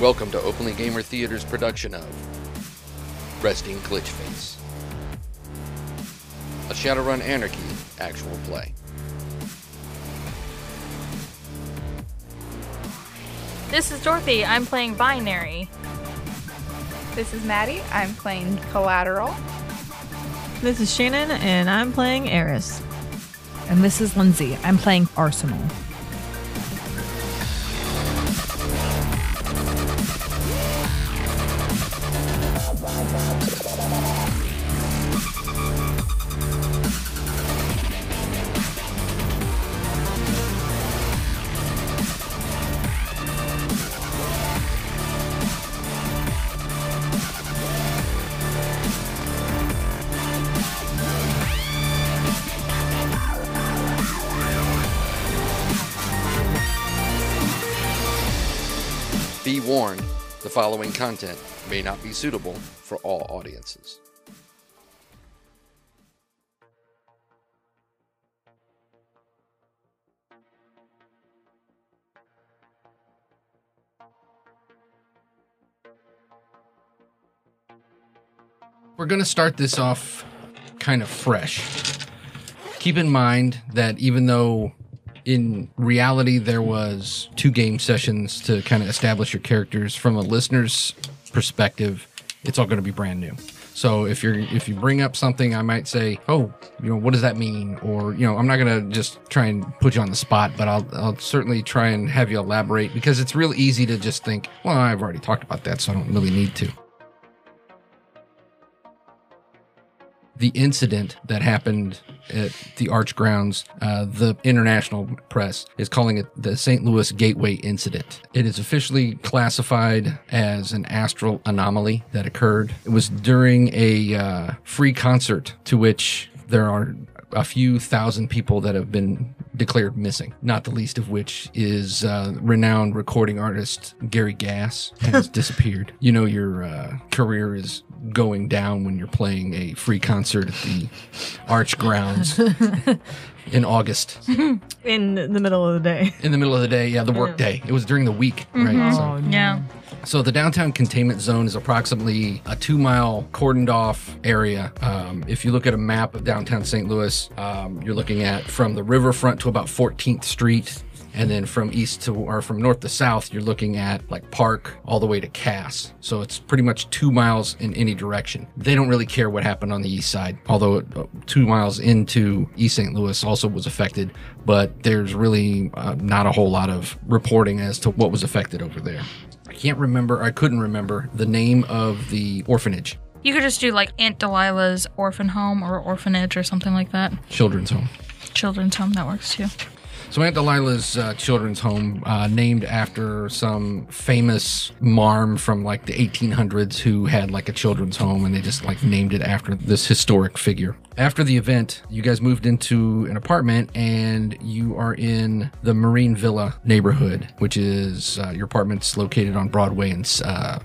Welcome to Openly Gamer Theater's production of Resting Glitchface, a Shadowrun Anarchy actual play. This is Dorothy. I'm playing Binary. This is Maddie. I'm playing Collateral. This is Shannon, and I'm playing Eris. And this is Lindsay. I'm playing Arsenal. Be warned, the following content may not be suitable for all audiences. We're going to start this off kind of fresh. Keep in mind that even though in reality there was two game sessions to kind of establish your characters from a listener's perspective, it's all going to be brand new. So if you're if you bring up something, I might say, "Oh, you know, what does that mean?" Or you know, I'm not going to just try and put you on the spot, but I'll I'll certainly try and have you elaborate because it's real easy to just think, "Well, I've already talked about that, so I don't really need to." the incident that happened at the Arch grounds, uh, the international press is calling it the St. Louis Gateway Incident. It is officially classified as an astral anomaly that occurred. It was during a uh, free concert to which there are a few thousand people that have been declared missing, not the least of which is uh, renowned recording artist Gary Gass has disappeared. You know, your uh, career is going down when you're playing a free concert at the Arch Grounds in August In the middle of the day. in the middle of the day. Yeah, the work day. It was during the week, right? So- Yeah. so the downtown containment zone is approximately a two-mile cordoned-off area. Um, if you look at a map of downtown St. Louis, um, you're looking at from the riverfront to about 14th Street, and then from east to or from north to south, you're looking at like Park all the way to Cass. So it's pretty much two miles in any direction. They don't really care what happened on the east side, although uh, two miles into East St. Louis also was affected, but there's really uh, not a whole lot of reporting as to what was affected over there. I can't remember, I couldn't remember the name of the orphanage, You could just do like Aunt Delilah's orphan home or orphanage or something like that. children's home. Children's home, that works too. So Aunt Delilah's uh, children's home, uh, named after some famous marm from like the 1800s who had like a children's home, and they just like named it after this historic figure. After the event, you guys moved into an apartment, and you are in the Marine Villa neighborhood, which is uh, your apartment's located on Broadway and uh,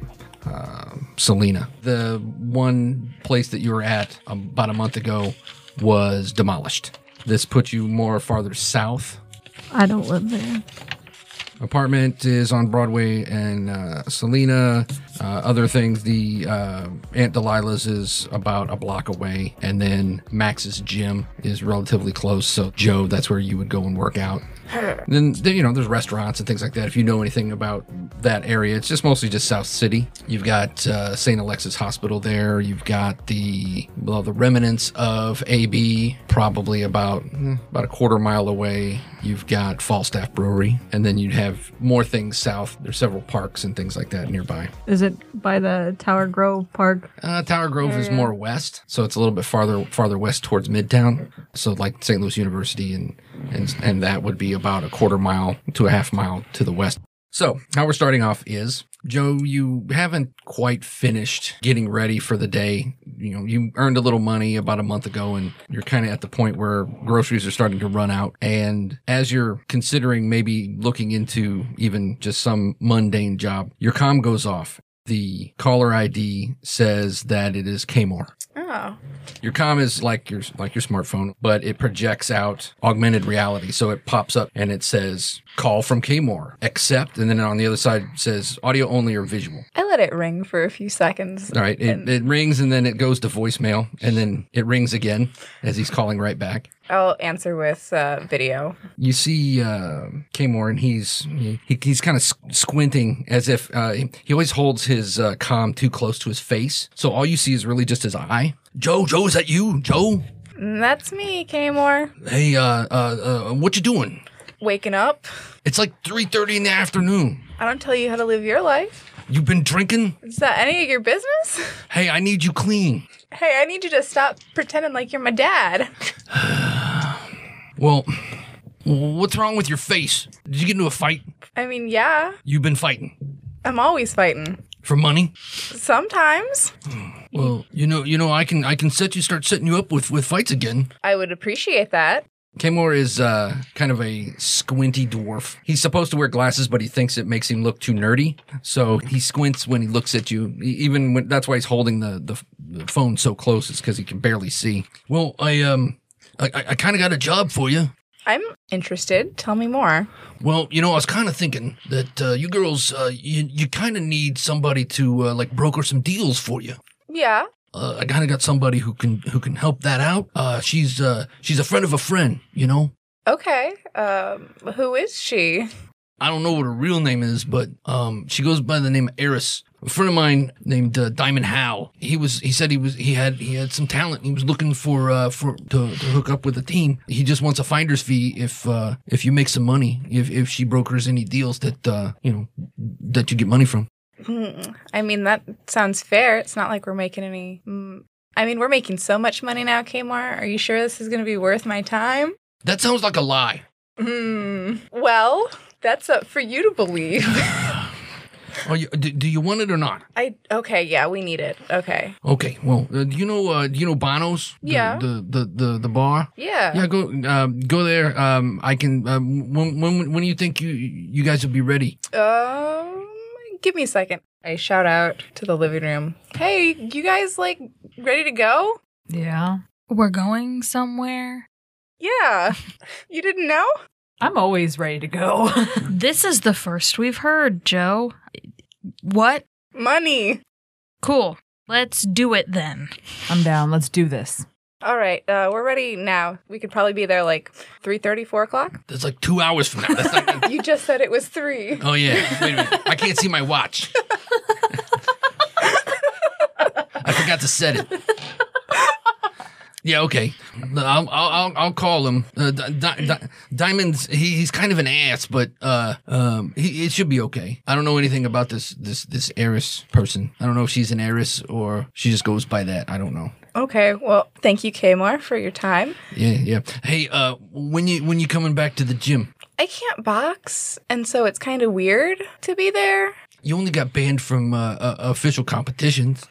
um, Selena. The one place that you were at um, about a month ago was demolished. This puts you more farther south. I don't live there. Apartment is on Broadway and uh, Selena. Uh, other things, the uh, Aunt Delilah's is about a block away, and then Max's gym is relatively close. So Joe, that's where you would go and work out. Then then, you know there's restaurants and things like that. If you know anything about that area, it's just mostly just South City. You've got uh, St. Alexis Hospital there. You've got the well the remnants of AB, probably about eh, about a quarter mile away. You've got Falstaff Brewery, and then you'd have more things south. There's several parks and things like that nearby. Is it by the Tower Grove Park? Uh, Tower Grove is more west, so it's a little bit farther farther west towards Midtown. So like St. Louis University and and and that would be about a quarter mile to a half mile to the west. So how we're starting off is Joe, you haven't quite finished getting ready for the day. You know, you earned a little money about a month ago and you're kind of at the point where groceries are starting to run out. And as you're considering maybe looking into even just some mundane job, your comm goes off the caller ID says that it is Kmore. Oh. Oh. Your comm is like your like your smartphone, but it projects out augmented reality. So it pops up and it says call from Kmore, accept, and then on the other side says audio only or visual. I let it ring for a few seconds. All right, it, And it rings and then it goes to voicemail and then it rings again as he's calling right back. I'll answer with uh, video. You see uh, Kmore and he's he, he's kind of squinting as if uh, he always holds his uh, comm too close to his face, so all you see is really just his eye. Joe, Joe, is that you, Joe? Mm, That's me, Kmore. Hey, uh, uh, uh, what you doing? Waking up. It's like 3:30 in the afternoon. I don't tell you how to live your life. You've been drinking? Is that any of your business? Hey, I need you clean. Hey, I need you to stop pretending like you're my dad. Well, what's wrong with your face? Did you get into a fight? I mean, yeah, You've been fighting I'm always fighting. for money? Sometimes. Well, you know, you know I can I can set you start setting you up with with fights again. I would appreciate that. Kamor is uh, kind of a squinty dwarf. He's supposed to wear glasses, but he thinks it makes him look too nerdy. So he squints when he looks at you. E- Even when that's why he's holding the, the, the phone so close is because he can barely see. Well, I um, I, I- I kind of got a job for you. I'm interested. Tell me more. Well, you know, I was kind of thinking that uh, you girls, uh, you you kind of need somebody to uh, like broker some deals for you. Yeah. Uh, I kind of got somebody who can who can help that out. Uh, she's uh, she's a friend of a friend, you know. Okay. Um, who is she? I don't know what her real name is, but um, she goes by the name of Eris. A friend of mine named uh, Diamond Howe. He was. He said he was. He had. He had some talent. He was looking for uh, for to, to hook up with a team. He just wants a finder's fee if uh, if you make some money. If if she brokers any deals that uh, you know that you get money from. Hmm. I mean, that sounds fair. It's not like we're making any. Mm, I mean, we're making so much money now, Kmart. Are you sure this is going to be worth my time? That sounds like a lie. Hmm. Well, that's up for you to believe. Are you, do, do you want it or not? I. Okay. Yeah, we need it. Okay. Okay. Well, uh, do you know uh, do you know Bono's? The- Yeah. The the the, the bar. Yeah. Yeah, go um, go there. Um, I can. Um, when when when do you think you you guys will be ready? Um, give me a second. I shout out to the living room. Hey, you guys like ready to go? Yeah. We're going somewhere. Yeah. You didn't know? I'm always ready to go. This is the first we've heard, Joe. What? Money. Cool. Let's do it then. I'm down. Let's do this. All right, uh, we're ready now. We could probably be there like 3.30, 4 o'clock. That's like two hours from now. That's not, You just said it was 3. oh yeah. Wait a minute. I can't see my watch. I forgot to set it. Yeah. Okay. I'll I'll I'll, I'll call him. Uh, Di- Di- Di- Diamonds. He, he's kind of an ass, but uh, um, he, it should be okay. I don't know anything about this this this heiress person. I don't know if she's an heiress or she just goes by that. I don't know. Okay, well, thank you, Kmar, for your time. Yeah, yeah. Hey, uh, when you when you coming back to the gym? I can't box, and so it's kind of weird to be there. You only got banned from uh, uh, official competitions.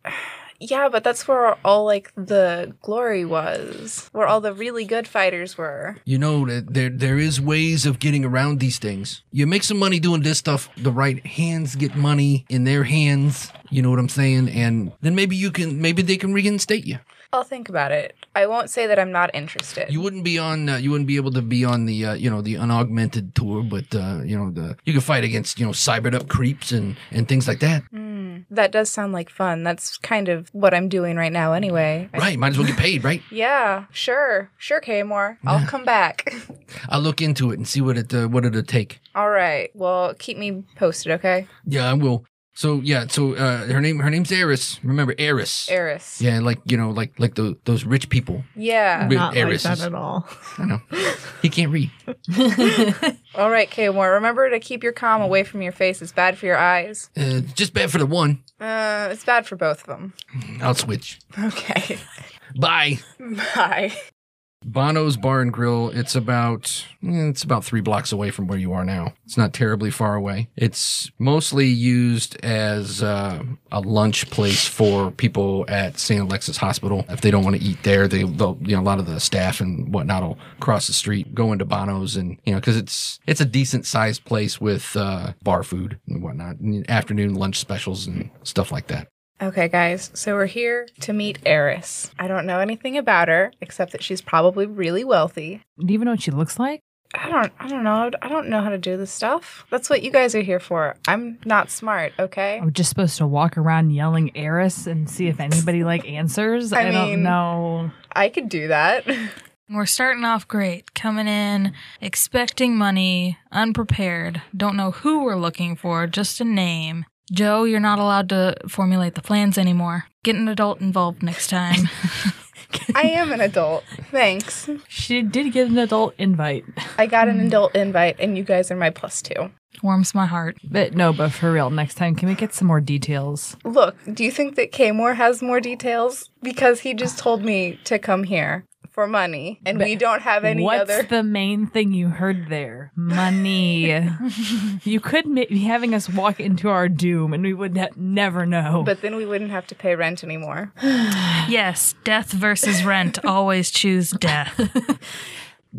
Yeah, but that's where all like the glory was, where all the really good fighters were. You know that there there is ways of getting around these things. You make some money doing this stuff. The right hands get money in their hands. You know what I'm saying? And then maybe you can maybe they can reinstate you. I'll think about it. I won't say that I'm not interested. You wouldn't be on uh, you wouldn't be able to be on the uh, you know the unaugmented tour, but uh, you know the you can fight against you know cybered up creeps and and things like that. that does sound like fun. That's kind of what I'm doing right now, anyway. I- Right? Might as well get paid, right? yeah, sure, sure, Kmore. I'll come back. I'll look into it and see what it uh, what it'll take. all right. Well, keep me posted, okay, Yeah, I will. So yeah, so uh, her name her name's Eris. Remember Eris. Eris? Yeah, like you know, like like the, those rich people. Yeah. With Not like heiresses. that at all. I know. he can't read. All right, Kmore. Remember to keep your calm away from your face. It's bad for your eyes. Uh, just bad for the one. Uh, it's bad for both of them. I'll switch. Okay. Bye. Bye. Bono's Bar and Grill. It's about eh, it's about three blocks away from where you are now. It's not terribly far away. It's mostly used as uh, a lunch place for people at St. Alexis Hospital. If they don't want to eat there, they they'll, you know a lot of the staff and whatnot will cross the street, go into Bono's, and you know because it's it's a decent sized place with uh, bar food and whatnot, and afternoon lunch specials and stuff like that. Okay, guys, so we're here to meet Eris. I don't know anything about her except that she's probably really wealthy. Do you even know what she looks like? I don't I don't know. I don't know how to do this stuff. That's what you guys are here for. I'm not smart, okay? I'm just supposed to walk around yelling heiress and see if anybody like answers. I I, don't mean- know. I could do that. We're starting off great, coming in, expecting money, unprepared, don't know who we're looking for, just a name. Joe, you're not allowed to formulate the plans anymore. Get an adult involved next time. I am an adult. Thanks. She did get an adult invite. I got an adult invite and you guys are my plus 2. Warms my heart. But no, but for real, next time, can we get some more details? Look, do you think that Kmore has more details because he just told me to come here for money and we don't have any What's other the main thing you heard there? Money. you could ma- be having us walk into our doom and we would ne- never know. but then we wouldn't have to pay rent anymore. Yes, death versus rent. Always choose death.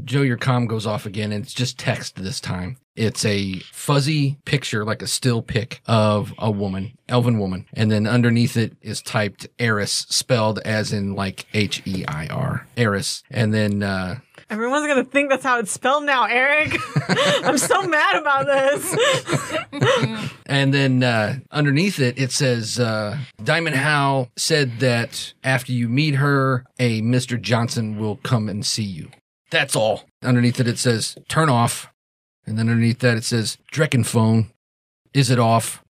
Joe, your comm goes off again, and it's just text this time. It's a fuzzy picture, like a still pic of a woman, elven woman, and then underneath it is typed "Eris," spelled as in like H E I R, Eris, and then uh, Everyone's gonna think that's how it's spelled now, Eric. I'm so mad about this. and then uh, underneath it it says uh, Diamond Howe said that after you meet her, a Mister Johnson will come and see you. That's all. Underneath it it says turn off, and then underneath that it says Dreckenphone. Is it off?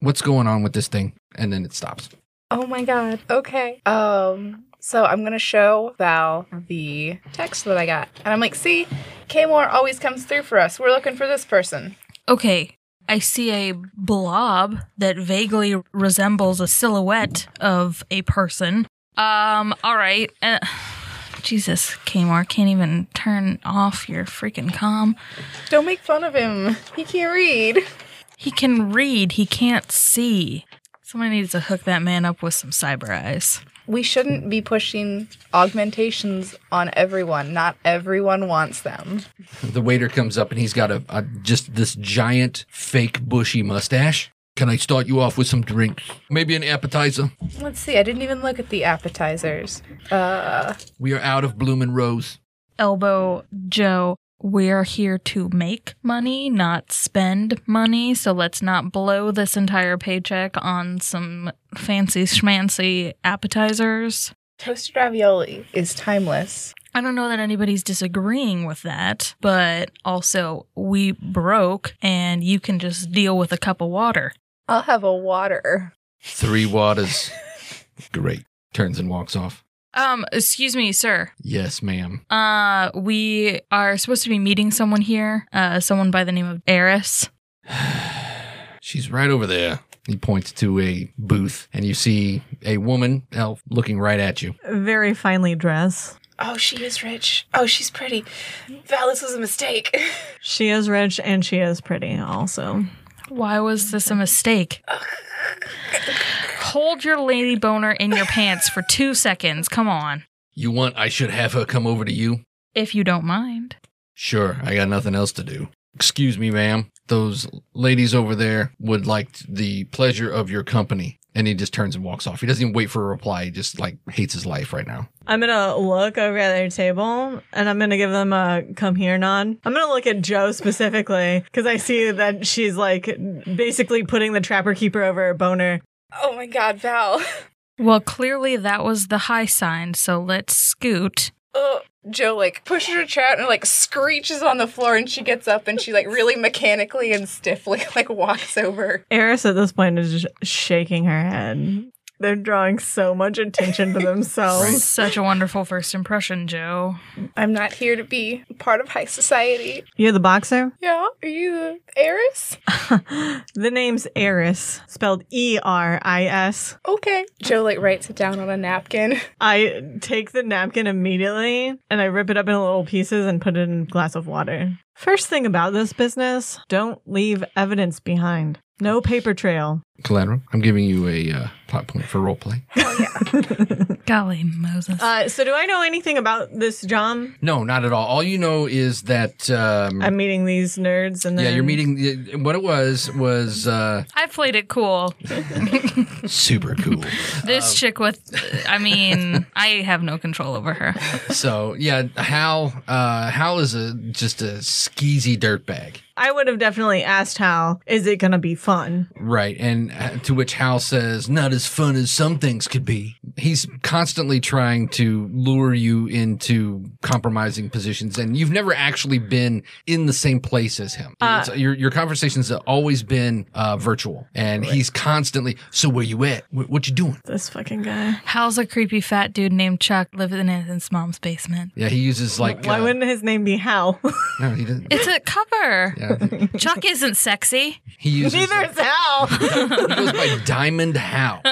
What's going on with this thing? And then it stops. Oh my god. Okay. Um so I'm gonna show Val the text that I got. And I'm like, see, Kmore always comes through for us. We're looking for this person. Okay, I see a blob that vaguely resembles a silhouette of a person. Um, all right. Uh, Jesus, Kmart, can't even turn off your freaking comm. Don't make fun of him. He can't read. He can read, he can't see. Somebody needs to hook that man up with some cyber eyes. We shouldn't be pushing augmentations on everyone. Not everyone wants them. The waiter comes up and he's got a, a just this giant fake bushy mustache. Can I start you off with some drinks? Maybe an appetizer. Let's see. I didn't even look at the appetizers. Uh, We are out of Bloomin' Rose. Elbow Joe, we're here to make money, not spend money. So let's not blow this entire paycheck on some fancy schmancy appetizers. toasted ravioli is timeless. I don't know that anybody's disagreeing with that, but also we broke and you can just deal with a cup of water. I'll have a water. Three waters. Great. Turns and walks off. Um, excuse me, sir. Yes, ma'am. Uh, we are supposed to be meeting someone here, uh, someone by the name of Eris. She's right over there. He points to a booth and you see a woman elf looking right at you. Very finely dressed. Oh, she is rich. Oh, she's pretty. Val, this was a mistake. She is rich and she is pretty, also. Why was this a mistake? Hold your lady boner in your pants for two seconds. Come on. You want I should have her come over to you? If you don't mind. Sure, I got nothing else to do. Excuse me, ma'am. Those ladies over there would like the pleasure of your company. And he just turns and walks off. He doesn't even wait for a reply. He just like hates his life right now. I'm gonna look over at their table and I'm gonna give them a come here nod. I'm gonna look at Joe specifically because I see that she's like basically putting the trapper keeper over her boner. oh my God, Val. Well, clearly that was the high sign, so let's scoot. Oh, Joe like pushes her chair out and like screeches on the floor, and she gets up and she like really mechanically and stiffly like walks over. Eris at this point is just shaking her head. They're drawing so much attention to Oh. themselves. Such a wonderful first impression, Joe. I'm not here to be part of high society. You're the boxer? Yeah, are you the heiress? the name's Eris, spelled E R I S. Okay. Joe like writes it down on a napkin. I take the napkin immediately and I rip it up in little pieces and put it in a glass of water. First thing about this business don't leave evidence behind. Oh, No paper trail. Collateral, I'm giving you a uh, plot point for roleplay. Golly, Moses. Uh, so do I know anything about this John? No, not at all. All you know is that. Um, I'm meeting these nerds, and then yeah, you're meeting. What it was was uh, I played it cool. super cool. This chick with, I mean, I have no control over her. So yeah, Hal. Uh, Hal is a just a skeezy dirtbag, I would have definitely asked how is it gonna be fun? right? And uh, to which Hal says, "Not as fun as some things could be." He's constantly trying to lure you into compromising positions, and you've never actually been in the same place as him. Uh, It's- your your conversations have always been uh, virtual, and he's constantly. So where you at? What, what you doing? This fucking guy. How's a creepy fat dude named Chuck living in his mom's basement? Yeah, he uses like. Why uh, wouldn't his name be Hal? no, he doesn't. It's a cover. Yeah, Chuck isn't sexy. he uses. Neither uh, is Hal. he goes by Diamond How,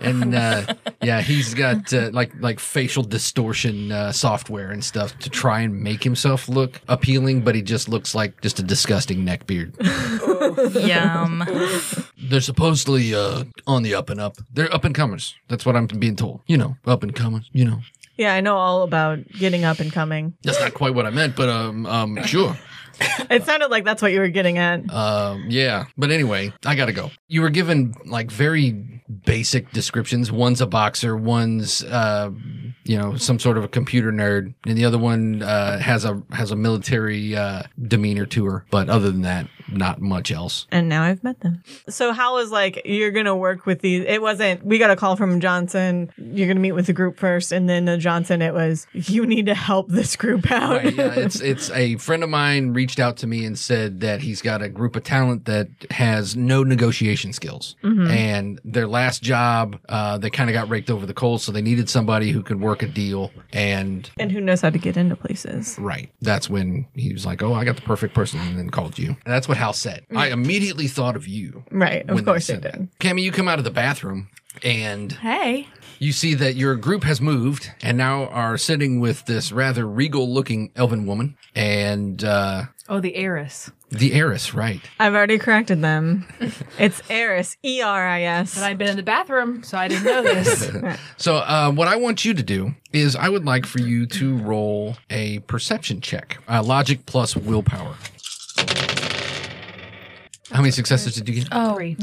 and uh, yeah, he's got uh, like like facial distortion uh, software and stuff to try and make himself look appealing, but he just looks like just a disgusting neckbeard. Yum. They're supposedly uh, on the up and up. They're up and comers. That's what I'm being told. You know, up and comers. You know, yeah, I know all about getting up and coming. that's not quite what I meant, but um, um, sure. It sounded like that's what you were getting at. Um, yeah. But anyway, I gotta go. You were given like very basic descriptions. One's a boxer. One's uh, you know some sort of a computer nerd, and the other one uh, has a has a military uh, demeanor to her. But other than that, not much else. And now I've met them. So Hal was like, You're going to work with these. It wasn't, we got a call from Johnson. You're going to meet with the group first. And then the Johnson, it was, You need to help this group out. Right, yeah, it's it's a friend of mine reached out to me and said that he's got a group of talent that has no negotiation skills, and their last job uh, they kind of got raked over the coals, so they needed somebody who could work a deal, and and who knows how to get into places. Right. That's when he was like, "Oh, I got the perfect person," and then called you. And that's what Hal said. I immediately thought of you. Right. Mm. Of when they course said it did. that. Cammy, you come out of the bathroom and Hey. you see that your group has moved and now are sitting with this rather regal-looking elven woman and uh, Oh, the heiress. the heiress. Right. I've already corrected them. it's Eris, E R I S. But I'd been in the bathroom, so I didn't know this. So uh, what I want you to do is I would like for you to roll a perception check, uh, logic plus willpower. How many successes did you get? Oh, Three.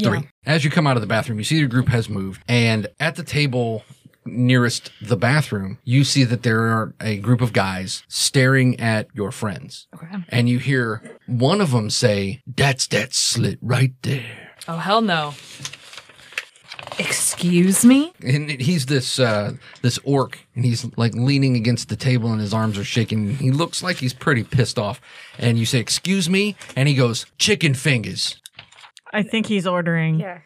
As you come out of the bathroom, you see your group has moved, and at the table nearest the bathroom, you see that there are a group of guys staring at your friends. Okay. And you hear one of them say, That's that slit right there. Oh, hell no. Excuse me? And he's this uh, this orc, and he's like leaning against the table, and his arms are shaking. He looks like he's pretty pissed off. And you say, "Excuse me," and he goes, "Chicken fingers." I think he's ordering. Yeah.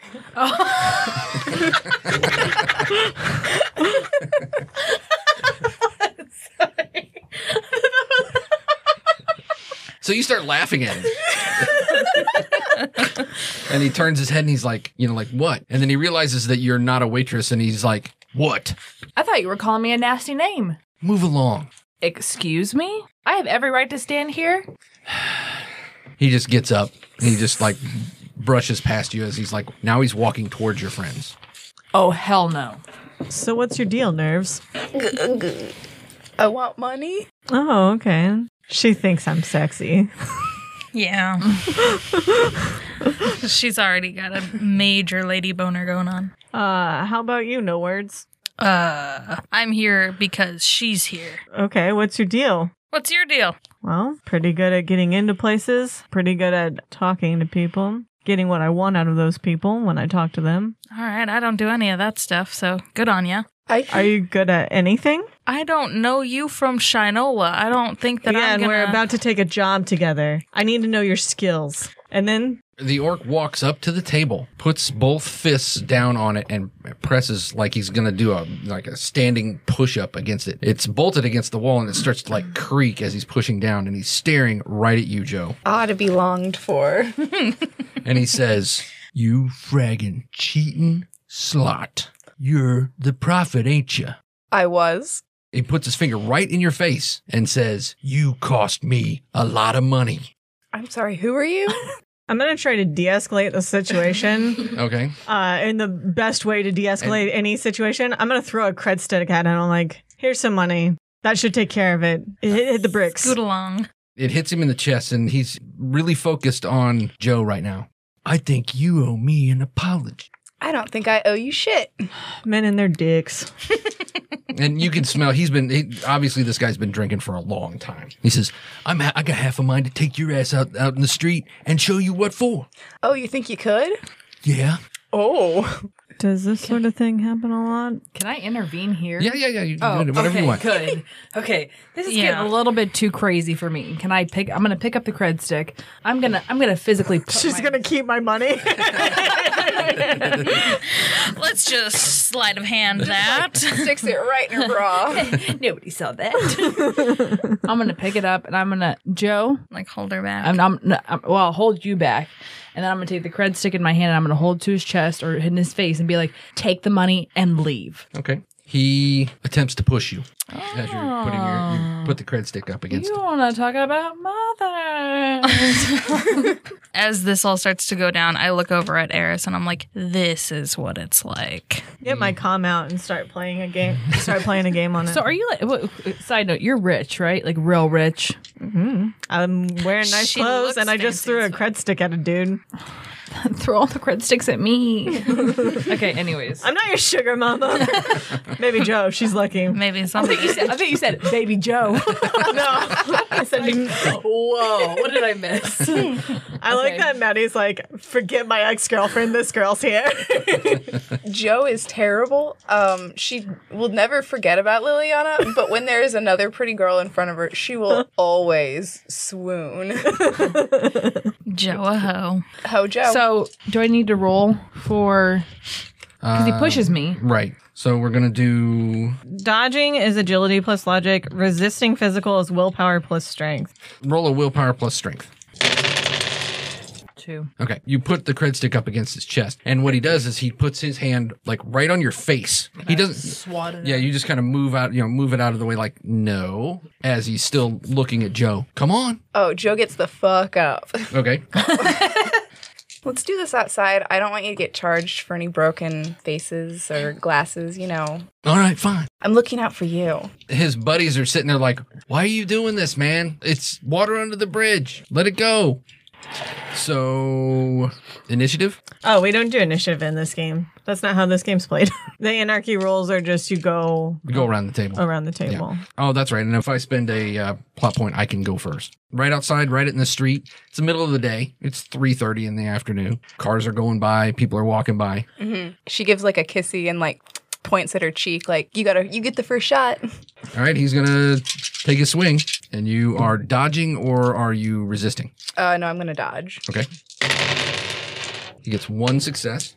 So you start laughing at him. and he turns his head and he's like, you know, like, what? And then he realizes that you're not a waitress and he's like, what? I thought you were calling me a nasty name. Move along. Excuse me? I have every right to stand here. He just gets up and he just like brushes past you as he's like, now he's walking towards your friends. Oh, hell no. So what's your deal, nerves? I want money. Oh, okay. She thinks I'm sexy. Yeah. She's already got a major lady boner going on. Uh, how about you, no words? Uh, I'm here because she's here. Okay, what's your deal? What's your deal? Well, pretty good at getting into places, pretty good at talking to people, getting what I want out of those people when I talk to them. All right, I don't do any of that stuff, so good on ya. I Are you good at anything? I don't know you from Shinola. I don't think that yeah, I'm and gonna. we're about to take a job together. I need to know your skills. And then The orc walks up to the table, puts both fists down on it, and presses like he's gonna do a like a standing push up against it. It's bolted against the wall and it starts to like creak as he's pushing down, and he's staring right at you, Joe. ought to be longed for. and he says, "You fraggin' cheating slot. You're the prophet, ain't you?" I was. He puts his finger right in your face and says, "You cost me a lot of money." I'm sorry, who are you? I'm gonna try to de-escalate the situation. Okay. uh, and the best way to de-escalate any situation, I'm gonna throw a cred stick at it. I'm like, here's some money. That should take care of it. It hit, hit the bricks. Scoot along. It hits him in the chest, and he's really focused on Joe right now. I think you owe me an apology. I don't think I owe you shit. Men and their dicks. And you can smell he's been he, obviously this guy's been drinking for a long time. He says, "I'm ha- I got half a mind to take your ass out out in the street and show you what for." Oh, you think you could? Yeah, Oh. Does this sort of thing happen a lot? Can I intervene here? yeah, yeah, yeah. You can Oh, do it, whatever okay, you want. Good. Okay, this is Yeah. getting a little bit too crazy for me. Can I pick? I'm gonna pick up the cred stick. I'm gonna I'm gonna physically. Put She's my- gonna keep my money. Let's just sleight of hand that. Sticks it right in her bra. Nobody saw that. I'm gonna pick it up and I'm gonna Joe. like hold her back. I'm, I'm, no, I'm well. I'll hold you back, and then I'm gonna take the cred stick in my hand and I'm gonna hold to his chest or in his face and be like, "Take the money and leave." Okay. He attempts to push you as you're putting your you put the cred stick up against. Ah. You him. wanna talk about mother? As this all starts to go down, I look over at Eris and I'm like, this is what it's like. Get my com out and start playing a game. Start playing a game on it. so are you like? wha- Side note: You're rich, right? Like real rich. I'm wearing nice She clothes, looks and I just fancy threw a as cred stick at a dude. Throw all the cred sticks at me. okay. Anyways. I'm not your sugar mama. Maybe Joe. if She's lucky. No, Maybe something. I think you said baby Joe. I said. Whoa, what did I miss? I like Okay. that Maddie's like, forget my ex girlfriend. This girl's here. Joe is terrible. Um, she will never forget about Liliana, but when there is another pretty girl in front of her, she will always swoon. Joaho. Ho Joe. so, do I need to roll for? Because he pushes me. Right. So we're gonna do Dodging is agility plus logic. Resisting physical is willpower plus strength. roll a willpower plus strength. Two. Okay. You put the cred stick up against his chest, and what he does is he puts his hand like right on your face. He doesn't. Swat it. Yeah, you just kind of move out, you know, move it out of the way, like no, as he's still looking at Joe. Come on. oh, Joe gets the fuck up. Okay. Let's do this outside. I don't want you to get charged for any broken faces or glasses, you know. All right. Fine. I'm looking out for you. His buddies are sitting there like, "Why are you doing this, man? It's water under the bridge. Let it go." So, initiative. Oh, we don't do initiative in this game. That's not how this game's played. the anarchy rules are just you go We go around the table. around the table. Oh, that's right. And if I spend a uh, plot point, I can go first. Right outside, right in the street. It's the middle of the day. It's three thirty in the afternoon. Cars are going by. People are walking by. She gives like a kissy and like points at her cheek, like, you gotta, you get the first shot. All right, he's gonna take a swing. And you are dodging or are you resisting? Uh, no, I'm gonna dodge. Okay. He gets one success.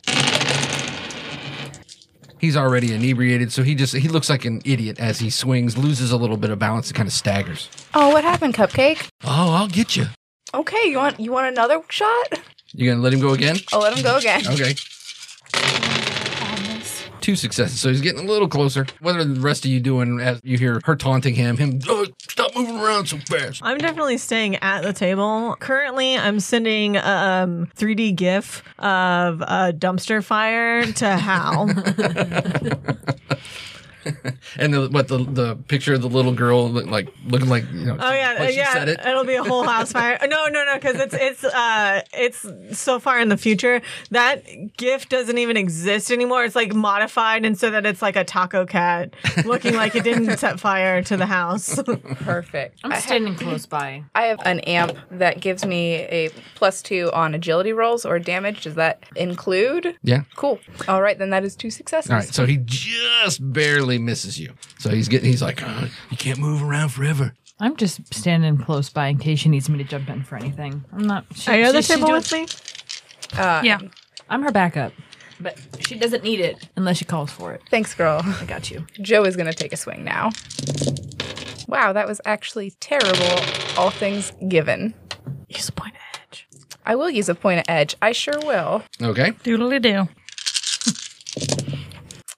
He's already inebriated, so he just he looks like an idiot as he swings, loses a little bit of balance, and kind of staggers. Oh, what happened, Cupcake? Oh, I'll get you. Okay, you want, you want another shot? You gonna let him go again? I'll let him go again. Okay. Two successes, so he's getting a little closer. What are the rest of you doing as you hear her taunting him? Him, "Oh, stop moving around so fast. I'm definitely staying at the table. Currently, I'm sending a um, 3D GIF of a dumpster fire to Hal. And the, what the the picture of the little girl look like looking like you know? oh yeah, like she yeah. said it. will be a whole house fire. No, no, no, because it's it's uh it's so far in the future that GIF doesn't even exist anymore. It's like modified, and so that it's like a taco cat looking like it didn't set fire to the house. Perfect. I'm I ha- standing close by. I have an amp that gives me a plus two on agility rolls or damage. Does that include? Yeah. Cool. All right, then that is two successes. All right, so he just barely misses you. So he's getting, he's like, "Uh, you can't move around forever. I'm just standing close by in case she needs me to jump in for anything. I'm not. She, Are you at the she- she table do- with me? Yeah. I'm her backup, but she doesn't need it unless she calls for it. Thanks, girl. I got you. Joe is going to take a swing now. Wow, that was actually terrible, all things given. Use a point of edge. I will use a point of edge. I sure will. Okay. Doodly do.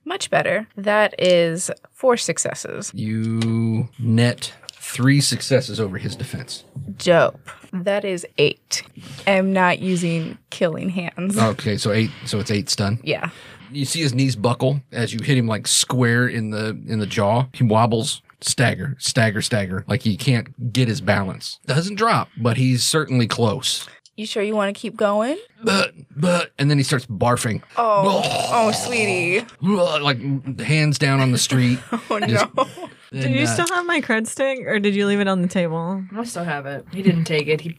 Much better. That is four successes. You net three successes over his defense. Dope. That is eight. I'm not using killing hands. Okay, so eight. So it's eight stun. Yeah. You see his knees buckle as you hit him like square in the in the jaw. He wobbles, stagger, stagger, stagger, like he can't get his balance. Doesn't drop, but he's certainly close. You sure you want to keep going? But but and then he starts barfing, Oh, oh, sweetie. like hands down on the street. uh, Oh no. Do you still have my cred stick, or did you leave it on the table? I still have it. He didn't take it. He,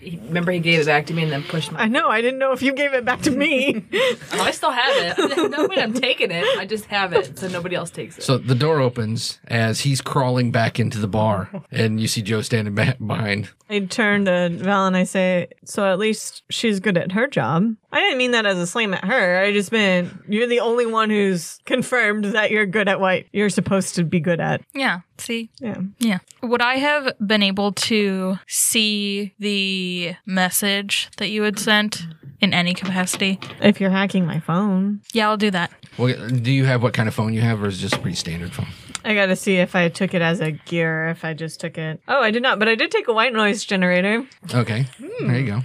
he remember he gave it back to me and then pushed my. I know. I didn't know if you gave it back to me. I still have it. no, wait, I'm taking it. I just have it, so nobody else takes it. So the door opens as he's crawling back into the bar, and you see Joe standing back behind. I turn to Val and I say, "So at least she's good at her job." I didn't mean that as a slam at her. I just meant you're the only one who's confirmed that you're good at what you're supposed to be good at. Yeah. See? Yeah. Yeah. Would I have been able to see the message that you had sent in any capacity? If you're hacking my phone, Yeah, I'll do that. Well, do you have what kind of phone you have, or is it just a pretty standard phone? I gotta see if I took it as a gear, if I just took it. Oh, I did not, but I did take a white noise generator. Okay, there you go.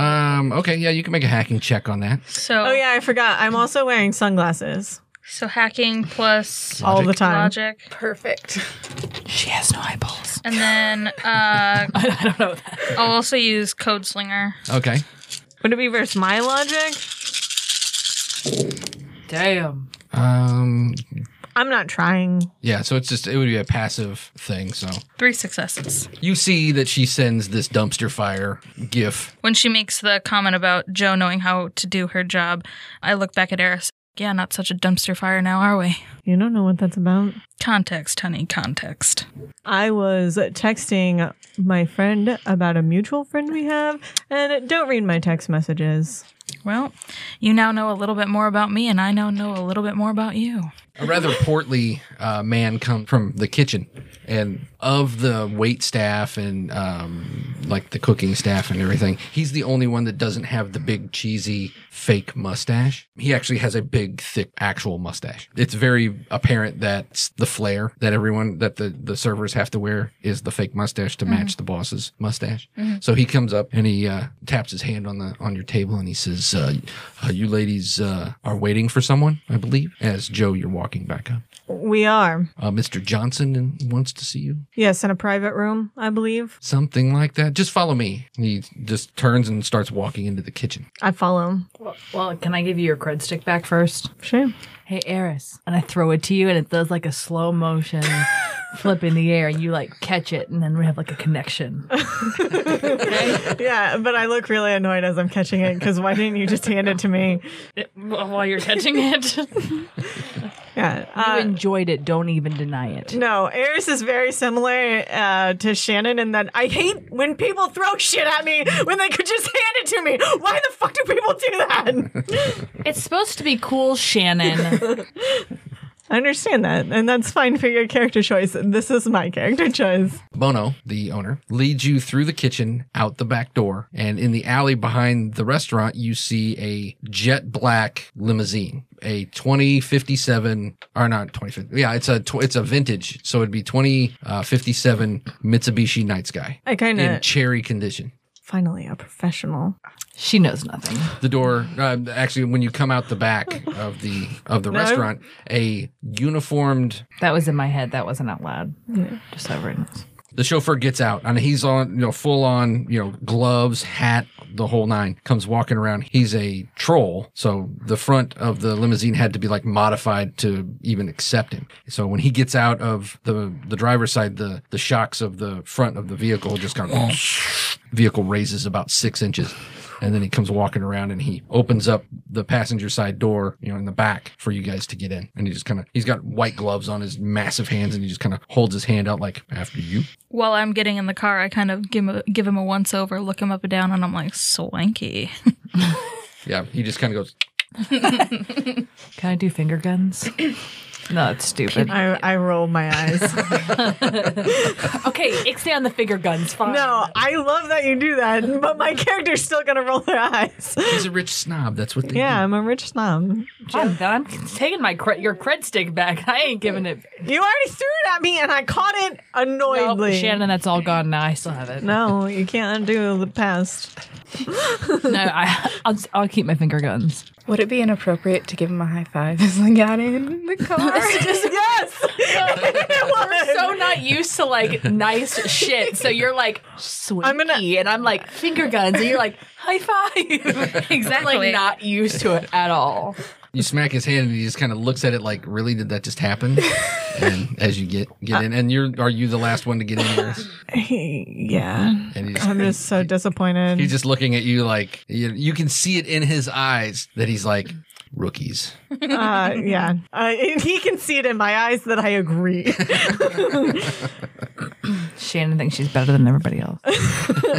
Um, okay, yeah, you can make a hacking check on that. So Oh, yeah, I forgot. I'm also wearing sunglasses so hacking plus all the Logic. time. logic. Perfect. She has no eyeballs. And then uh I, I don't know that. I'll also use Code Slinger. Okay, Would it be versus my logic? Damn. um, I'm not trying. yeah, so it's just it would be a passive thing. So Three successes. you see that she sends this dumpster fire gif. When she makes the comment about Joe knowing how to do her job, I look back at Eris. Yeah, not such a dumpster fire now, are we? You don't know what that's about. Context, honey, context. I was texting my friend about a mutual friend we have, and don't read my text messages. Well, you now know a little bit more about me, and I now know a little bit more about you. A rather portly uh, man comes from the kitchen, and of the wait staff and um, like the cooking staff and everything, he's the only one that doesn't have the big cheesy fake mustache. He actually has a big, thick, actual mustache. It's very apparent that the flair that everyone that the the servers have to wear is the fake mustache to match the boss's mustache. So he comes up and he uh, taps his hand on the on your table and he says, uh, uh, "You ladies uh, are waiting for someone, I believe." As Joe, you're walking back up. We are. Uh, Mr. Johnson wants to see you. Yes, in a private room, I believe. Something like that. Just follow me. And He just turns and starts walking into the kitchen. I follow. Well, can I give you your cred stick back first? Sure. Hey, Eris. And I throw it to you, and it does like a slow motion flip in the air, and you like catch it, and then we have like a connection. Yeah, but I look really annoyed as I'm catching it because why didn't you just hand it to me? While you're catching it, you Yeah. uh, enjoyed it. Don't even deny it. No, Eris is very similar uh, to Shannon in that I hate when people throw shit at me when they could just hand it to me. Why the fuck do people do that? It's supposed to be cool, Shannon. I understand that, and that's fine for your character choice. This is my character choice. Bono, the owner, leads you through the kitchen, out the back door, and in the alley behind the restaurant, you see a jet black limousine, a 2057, or not 2050. Yeah, it's a tw- it's a vintage, so it'd be 2057 Mitsubishi Night Sky I kind in of cherry condition. finally a professional. she knows nothing. The door, uh, actually, when you come out the back of the of the restaurant, a uniformed That was in my head. That wasn't out loud. Just so everyone knows. The chauffeur gets out and he's on, you know, full on, you know, gloves, hat, the whole nine, comes walking around. He's a troll. So the front of the limousine had to be like modified to even accept him. So when he gets out of the, the driver's side, the, the shocks of the front of the vehicle just kind of vehicle raises about six inches. And then he comes walking around and he opens up the passenger side door, you know, in the back for you guys to get in. And he just kind of, he's got white gloves on his massive hands and he just kind of holds his hand out like, after you. While I'm getting in the car, I kind of give him a, give him a once over, look him up and down, and I'm like, swanky. Yeah, he just kind of goes. Can I do finger guns? No, that's stupid. I, I roll my eyes. okay, ixnay on the figure guns. Fine. no, I love that you do that, but my character's still gonna roll their eyes. He's a rich snob. That's what they Yeah, I'm a rich snob. I'm done. Taking my cre- your cred stick back. I ain't giving it. You already threw it at me, and I caught it Nope, annoyedly. Shannon, that's all gone now. I still have it. No, No, you can't undo the past. I, I'll, I'll keep my finger guns. Would it be inappropriate to give him a high five as I got in the car? yes, We're so not used to like nice shit. So you're like sweet, I'm gonna- and I'm like finger guns, and you're like high five. Exactly. like not used to it at all. do. You smack his hand and he just kind of looks at it like, really? Did that just happen? and as you get get in, and you're are you the last one to get in here? yeah. And he's I'm just so disappointed. he's just looking at you like you, you can see it in his eyes that he's like rookies. uh, yeah, uh, and he can see it in my eyes that I agree. Shannon thinks she's better than everybody else.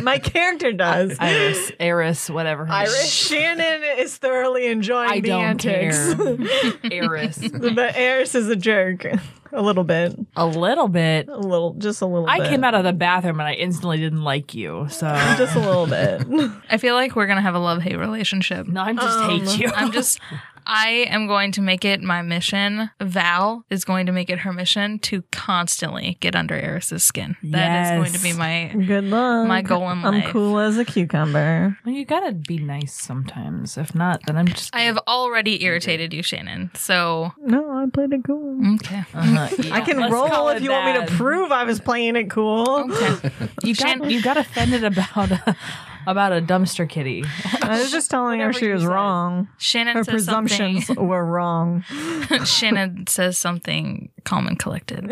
my character does. Iris, Iris, whatever. her name Iris is. Shannon is thoroughly enjoying I the don't antics, care. Iris, but Eris is a jerk. A little bit, a little bit. a little, just a little. I bit. came out of the bathroom and I instantly didn't like you. So just a little bit. I feel like we're gonna have a love hate relationship. no, I just Um, hate you. I'm just I am going to make it my mission. Val is going to make it her mission to constantly get under Eris's skin. That is going to be Yes. my Good luck. My goal in I'm life. cool as a cucumber. Well, you gotta be nice sometimes. If not, then I'm just. I have already irritated you, Shannon. So No, I played it cool. okay. Uh, yeah, I can let's roll call if it you want me that. to prove I was playing it cool. Okay. You got you got offended about a, about a dumpster kitty. I was just telling her Whatever she you was said. wrong. Shannon Her says something. presumptions were wrong. Shannon says something calm and collected.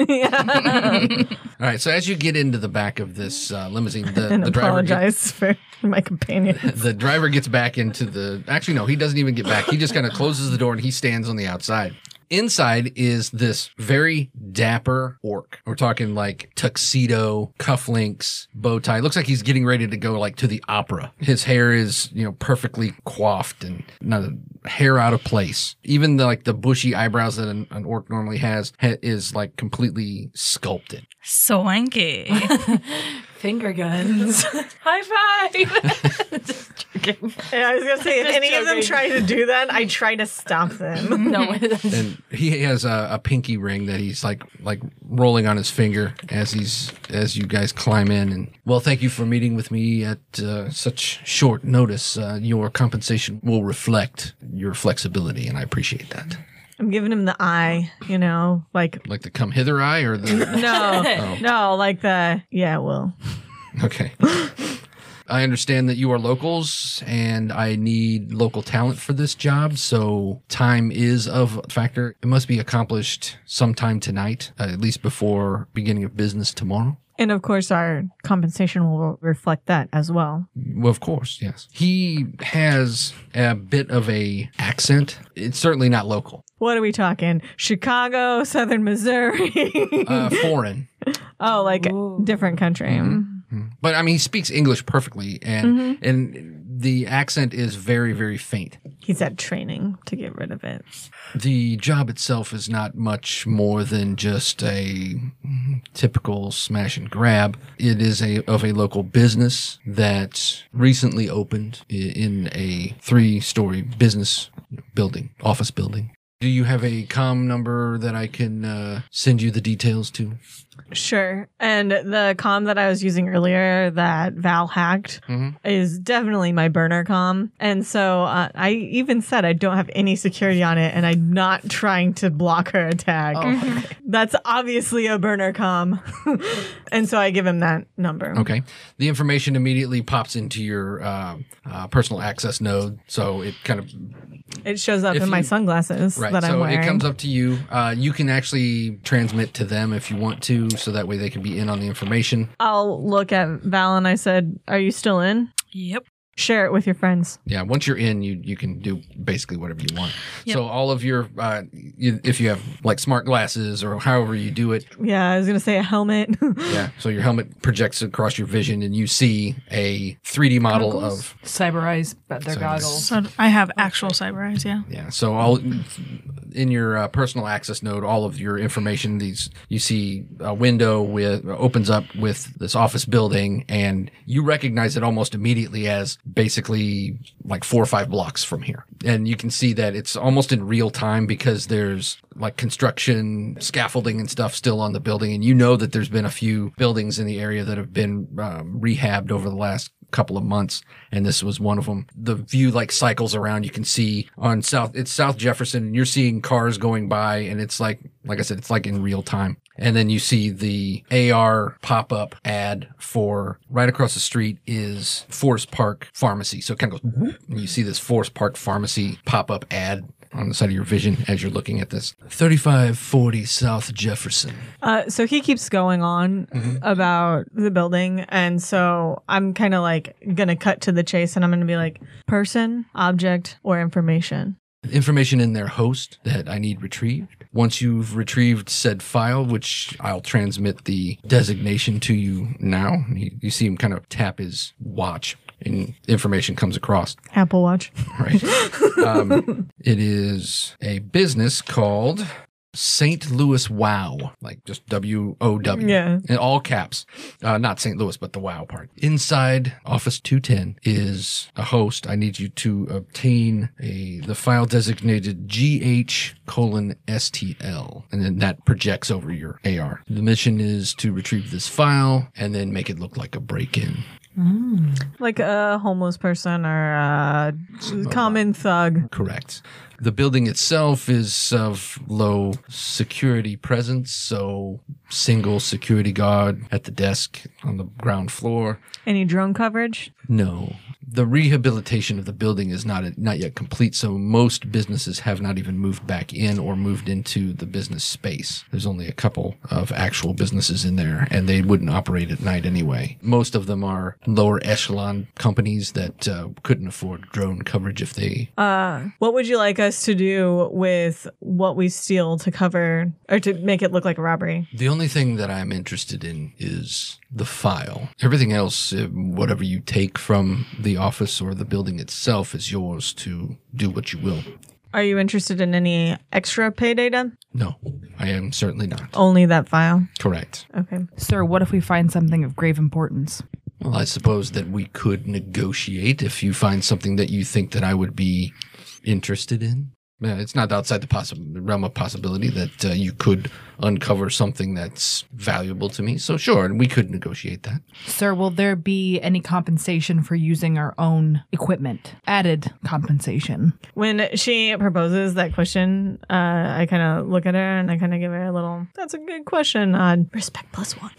All right, so as you get into the back of this uh, limousine, the, and the driver get- apologize for my companion. the driver gets back into the actually no he doesn't even get back he just kind of closes the door and he stands on the outside inside is this very dapper orc we're talking like tuxedo cufflinks bow tie looks like he's getting ready to go like to the opera his hair is you know perfectly coiffed and not a hair out of place even the, like the bushy eyebrows that an, an orc normally has ha- is like completely sculpted So wanky. Finger guns. High five. just joking. And I was gonna say, if Just any of them joking. try to do that, I try to stop them. No. that's- and he has a, a pinky ring that he's like like rolling on his finger as he's as you guys climb in and well thank you for meeting with me at uh, such short notice uh, your compensation will reflect your flexibility and i appreciate that I'm giving him the eye, you know, like like the come hither eye or the no, no, like the yeah, well, okay i understand that you are locals and i need local talent for this job so time is of a factor it must be accomplished sometime tonight uh, at least before beginning of business tomorrow and of course our compensation will reflect that as well. Well, of course, yes. He has a bit of a accent. It's certainly not local. What are we talking? Chicago, Southern Missouri. Uh, foreign. oh, like different country. But I mean, he speaks English perfectly and and the accent is very very faint. He's at training to get rid of it. The job itself is not much more than just a typical smash and grab. It is a of a local business that recently opened i- in a three-story business building, office building. Do you have a com number that I can uh, send you the details to? Sure. And the com that I was using earlier that Val hacked Mhm. is definitely my burner com. And so uh, I even said I don't have any security on it and I'm not trying to block her attack. That's obviously a burner com. and so I give him that number. Okay. The information immediately pops into your uh, uh, personal access node, so it kind of It shows up If in my you- sunglasses Right. that so I'm wearing. it comes up to you. Uh, you can actually transmit to them if you want to, so that way they can be in on the information. I'll look at Val and I said, Are you still in? yep. Share it with your friends. Yeah. Once you're in, you you can do basically whatever you want. Yep. So all of your, uh, you, if you have like smart glasses or however you do it, Yeah, I was going to say a helmet. yeah. So your helmet projects across your vision, and you see a 3D model of Cyber eyes, but they're Cyber eyes. goggles. So I have actual cyber eyes, yeah. yeah. So all in your uh, personal access node all of your information. These you see a window with opens up with this office building, and you recognize it almost immediately as basically like four or five blocks from here. And you can see that it's almost in real time because there's like construction, scaffolding, and stuff still on the building, and you know that there's been a few buildings in the area that have been um, rehabbed over the last couple of months and this was one of them the view like cycles around you can see on south it's south jefferson and you're seeing cars going by and it's like like i said it's like in real time and then you see the ar pop-up ad for right across the street is forest park pharmacy so it kind of goes whoop, and you see this forest park pharmacy pop-up ad on the side of your vision as you're looking at this 3540 south jefferson Uh, so he keeps going on Mm-hmm. about the building, and so I'm kind of like gonna cut to the chase, and I'm gonna be like, person, object, or information. information in their host that I need retrieved. Once you've retrieved said file, which I'll transmit the designation to you now, you, you see him kind of tap his watch and information comes across, Apple Watch. right? um, it is a business called St. Louis Wow, like just W O W. Yeah. In all caps. Uh, not St. Louis, but the wow part. Inside Office 210 is a host. I need you to obtain a the file designated GH colon STL. And then that projects over your AR. The mission is to retrieve this file and then make it look like a break in. Like a homeless person or a common thug. Correct. The building itself is of low security presence, so single security guard at the desk on the ground floor. Any drone coverage? No. The rehabilitation of the building is not not yet complete, so most businesses have not even moved back in or moved into the business space. There's only a couple of actual businesses in there, and they wouldn't operate at night anyway. Most of them are lower echelon companies that uh, couldn't afford drone coverage if they. Uh, what would you like us to do with what we steal to cover or to make it look like a robbery? The only thing that I'm interested in is the file. Everything else, uh, whatever you take from the office or the building itself, is yours to do what you will. Are you interested in any extra pay data? No, I am certainly not. Only that file. Correct. Okay. Sir, what if we find something of grave importance? Well, I suppose that we could negotiate if you find something that you think that I would be interested in. Yeah, it's not outside the possi- realm of possibility that uh, you could uncover something that's valuable to me. So sure, and we could negotiate that. Sir, will there be any compensation for using our own equipment? Added compensation. When she proposes that question, uh, I kind of look at her and I kind of give her a little, that's a good question on respect plus one.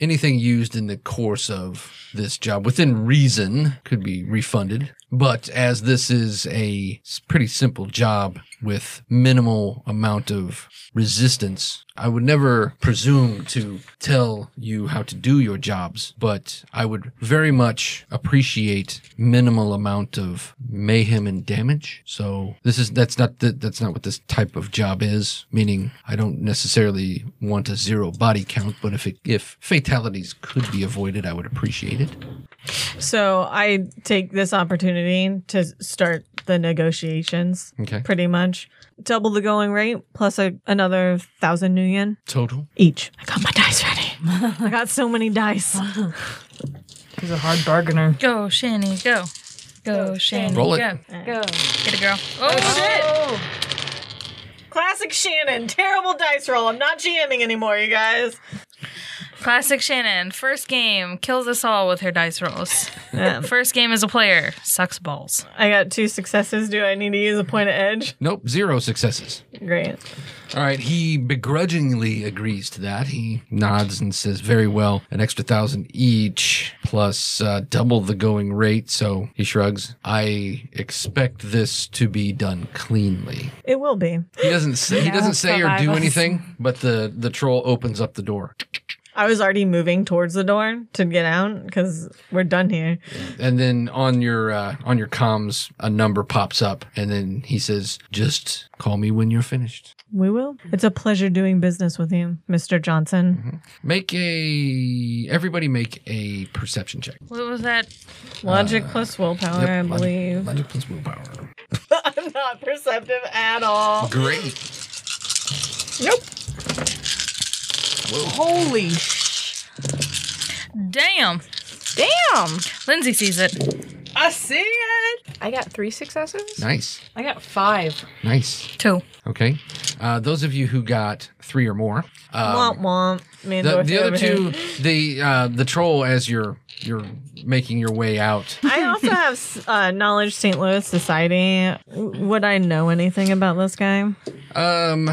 Anything used in the course of this job within reason could be refunded. But as this is a s- pretty simple job with minimal amount of resistance, I would never presume to tell you how to do your jobs, but I would very much appreciate minimal amount of mayhem and damage. So this is that's not the, that's not what this type of job is. Meaning, I don't necessarily want a zero body count, but if it, if fatalities could be avoided, I would appreciate it. So I take this opportunity to start the negotiations, Okay, pretty much. Double the going rate plus a, another thousand new yen total. each. I got my dice ready. I got so many dice. He's a hard bargainer. Go, Shanny, go. Go, Shanny, Roll it. go. Go. Get a girl. Oh, Classic Shannon. Terrible dice roll. I'm not GMing anymore, you guys. Classic Shannon. First game kills us all with her dice rolls. First game as a player sucks balls. I got two successes. Do I need to use a point of edge? Nope, zero successes. Great. All right, he begrudgingly agrees to that. He nods and says, "Very well, an extra thousand each, plus uh, double the going rate." So he shrugs. I expect this to be done cleanly. It will be. He doesn't say he doesn't say or do anything, but the the troll opens up the door, I was already moving towards the door to get out because we're done here. and then on your uh, on your comms, a number pops up, and then he says, "Just call me when you're finished." We will. It's a pleasure doing business with you, Mr. Johnson. Mm-hmm. Make a everybody make a perception check. What was that? Logic plus willpower, I Yep, logic- believe. Logic plus willpower. I'm not not perceptive at all. Great. Nope. Holy sh- Damn. Damn. Lindsay sees it. I see it. I got three successes. Nice. I got five. Nice. Two. Okay. Uh, those of you who got three or more, um, womp womp. Me and the, Dorothy the other over here. two, the uh, the troll as you're you're making your way out. I also have uh, knowledge St. Louis society. W- Would I know anything about this guy? Um,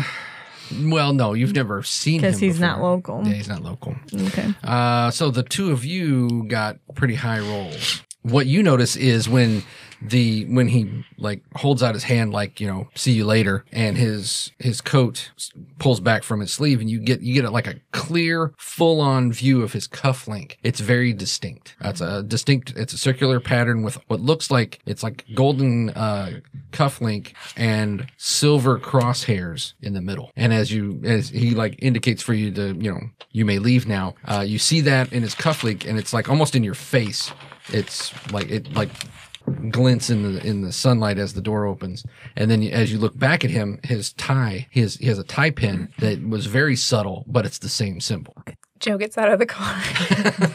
well, no, you've never seen him Because he's before. not local. Yeah, he's not local. Okay. Uh, so the two of you got pretty high rolls. What you notice is when the when he like holds out his hand like you know see you later and his his coat s- pulls back from his sleeve and you get you get like a clear full on view of his cuff link it's very distinct Uh, that's a distinct it's a circular pattern with what looks like it's like golden uh cuff link and silver crosshairs in the middle and as you as he like indicates for you to you know you may leave now uh you see that in his cuff link and it's like almost in your face it's like it like glints in the in the sunlight as the door opens and then you- as you look back at him his tie his he has a tie pin that was very subtle but it's the same symbol Joe gets out of the car. I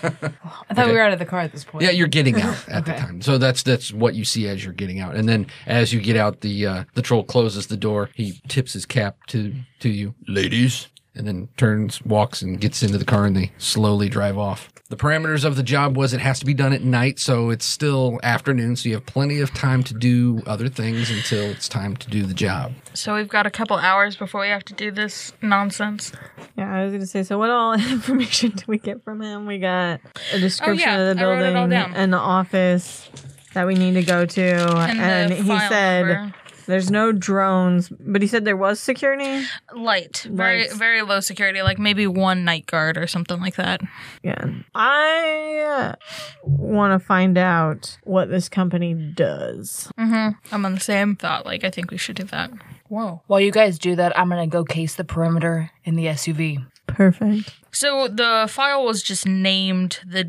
thought Okay. we were out of the car at this point. yeah you're getting out at the Okay. time so that's that's what you see as you're getting out and then as you get out the uh the troll closes the door he tips his cap to to you ladies and then turns walks and gets into the car and they slowly drive off the parameters of the job was it has to be done at night so it's still afternoon so you have plenty of time to do other things until it's time to do the job So we've got a couple hours before we have to do this nonsense. Yeah, I was gonna say. So, what all information do we get from him? We got a description Oh, yeah, of the I wrote it all building down. and the office that we need to go to, and, And, the he file said number. there's no drones, but he said there was security. light, very Lights. very low security, like maybe one night guard or something like that. Yeah, I want to find out what this company does. Mm-hmm. I'm on the same thought. Like I think we should do that. Whoa. While you guys do that, I'm gonna go case the perimeter in the SUV. Perfect. So the file was just named the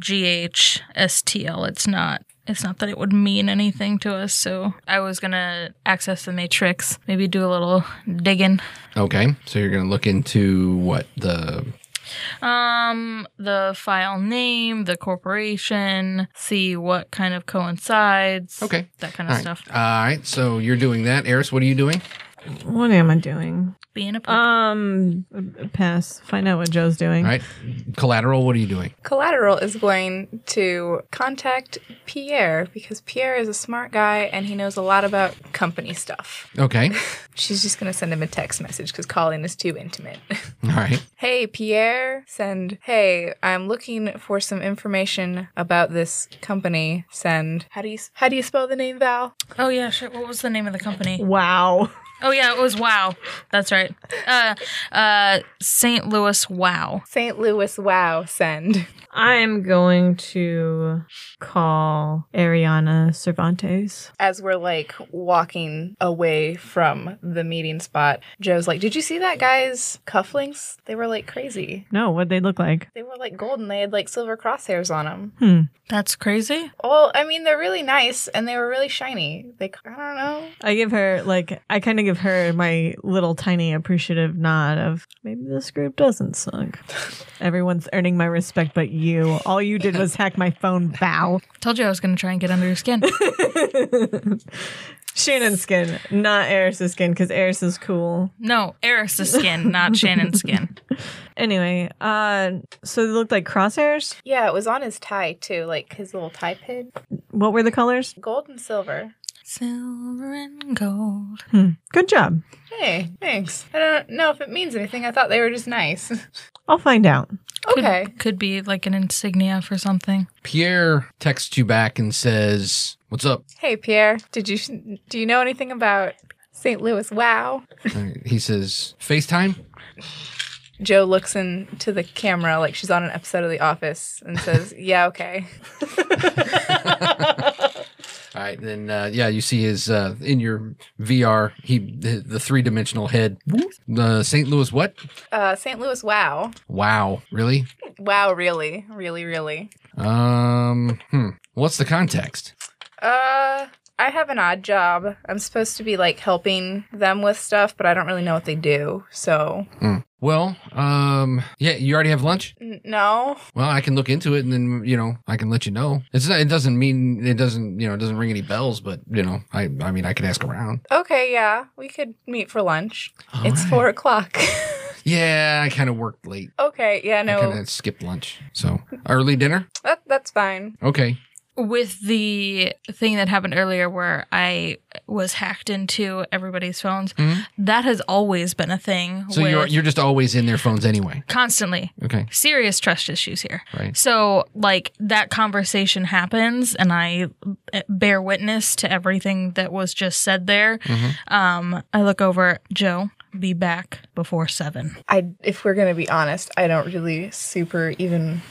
GHSTL. It's not. It's not that it would mean anything to us. So I was gonna access the matrix, maybe do a little digging. okay so you're gonna look into what the Um, the file name, the corporation, see what kind of coincides. Okay. That kind all of right. stuff. all right so you're doing that eris what are you doing What am I doing? Being a Uh, poop. Um, pass. Find out what Joe's doing. all right collateral what are you doing Collateral is going to contact Pierre because Pierre is a smart guy and he knows a lot about company stuff. okay She's just going to send him a text message because calling is too intimate. all right hey, Pierre, send, hey, I'm looking for some information about this company. Send, how do you, how do you spell the name, Val? oh yeah, shit. What was the name of the company? Wow. Oh yeah, it was Wow. That's right. Uh, uh, St. Louis Wow. St. Louis, wow, send. I'm going to call Ariana Cervantes. as we're like walking away from the meeting spot, Joe's like, Did you see that guy's cufflinks? They were like crazy. No, what they look like? They were like golden. They had like silver crosshairs on them. That's crazy. Well, I mean, they're really nice and they were really shiny. They, I don't know. I give her like I kind of give her my little tiny appreciative nod of maybe this group doesn't suck. Everyone's earning my respect, but you. All you did was hack my phone. Bow. Told you I was gonna try and get under your skin. Shannon's skin, not Eris's skin, because Eris is cool. No, Eris's skin, not Shannon's skin. Anyway, uh, so they looked like crosshairs. Yeah, it was on his tie too, like his little tie pin. What were the colors? Gold and silver. Silver and gold. Hmm. Good job. Hey, thanks. I don't know if it means anything. I thought they were just nice. I'll find out. Could- okay. Could, be like an insignia for something. Pierre texts you back and says, "What's up?" Hey, Pierre, did you do you know anything about St. Louis? Wow. And he says, "FaceTime." Joe looks into the camera like she's on an episode of The Office and says, "Yeah, okay." All right, then uh, yeah, you see his uh, in your VR. He the, the three dimensional head. Uh, St. Louis. What? Uh, St. Louis, wow, Wow, really? wow, really, really, really. Um, hmm. What's the context? Uh, I have an odd job. I'm supposed to be like helping them with stuff, but I don't really know what they do. So, Well, um, yeah, you already have lunch. N- no. Well, I can look into it, and then you know I can let you know. It's not, it doesn't mean it doesn't you know it doesn't ring any bells, but you know I I mean I could ask around. Okay, yeah. We could meet for lunch. All it's right. four o'clock. Yeah, I kind of worked late. okay, yeah, I no. kind of skipped lunch, so early dinner. That, that's fine. Okay. with the thing that happened earlier where I was hacked into everybody's phones, Mhm. that has always been a thing. So with- you're you're just always in their phones anyway. constantly Okay. serious trust issues here. Right. So, like, that conversation happens, and I eh, bear witness to everything that was just said there. Mhm. Um, I look over, Joe, be back before seven. I if we're going to be honest, I don't really super even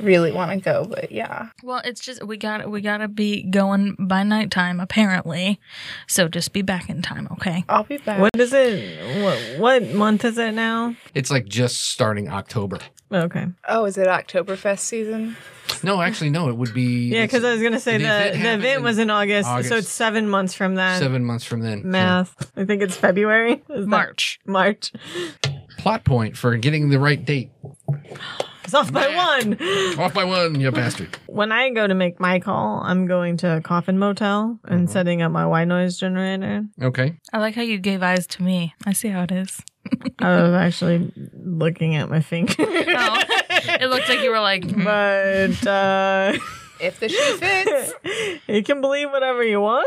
really want to go, but yeah. Well, it's just we got we gotta be going by nighttime apparently, so just be back in time, okay? I'll be back. What is it? What, what month is it now? It's like just starting October. Okay. Oh, is it Oktoberfest season? No, actually, no. It would be Yeah, because I was gonna say the the event the happened event in was in August, August. so it's seven months from that. seven months from then. So- Math. I think it's February. Is that- March. March. Plot point for getting the right date. It's off by one. Off by one, you bastard. When I go to make my call, I'm going to a coffin motel and Mm-hmm. setting up my white noise generator. Okay. I like how you gave eyes to me. I see how it is. I was actually looking at my finger. Oh, it looked like you were like, Mm-hmm. "Mm, but uh, If the shoe fits. you can believe whatever you want.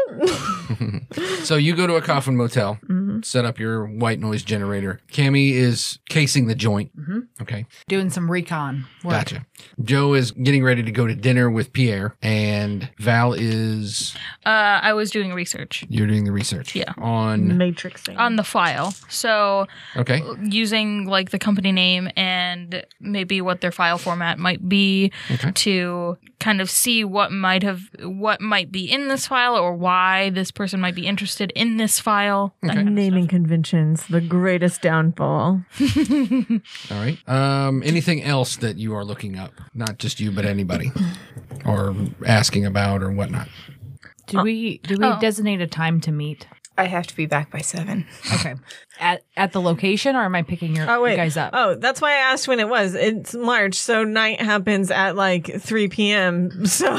So you go to a coffin motel, Mm-hmm. set up your white noise generator. Cammy is casing the joint. Mm-hmm. Okay. Doing some recon. Work. Gotcha. Joe is getting ready to go to dinner with Pierre, and Val is uh, I was doing research you're doing the research. Yeah. On Matrixing. on the file. So okay. using like the company name and maybe what their file format might be Okay. to kind of see what might have what might be in this file or why this person might be interested in this file. that kind of naming conventions, the greatest downfall. All right. Um, anything else that you are looking up? Not just you, but anybody, or asking about or whatnot. Do we do we Oh. designate a time to meet? I have to be back by 7. Okay, at at the location, or am I picking your Oh you wait, guys up? Oh, that's why I asked when it was. It's March, so night happens at like 3 p.m. So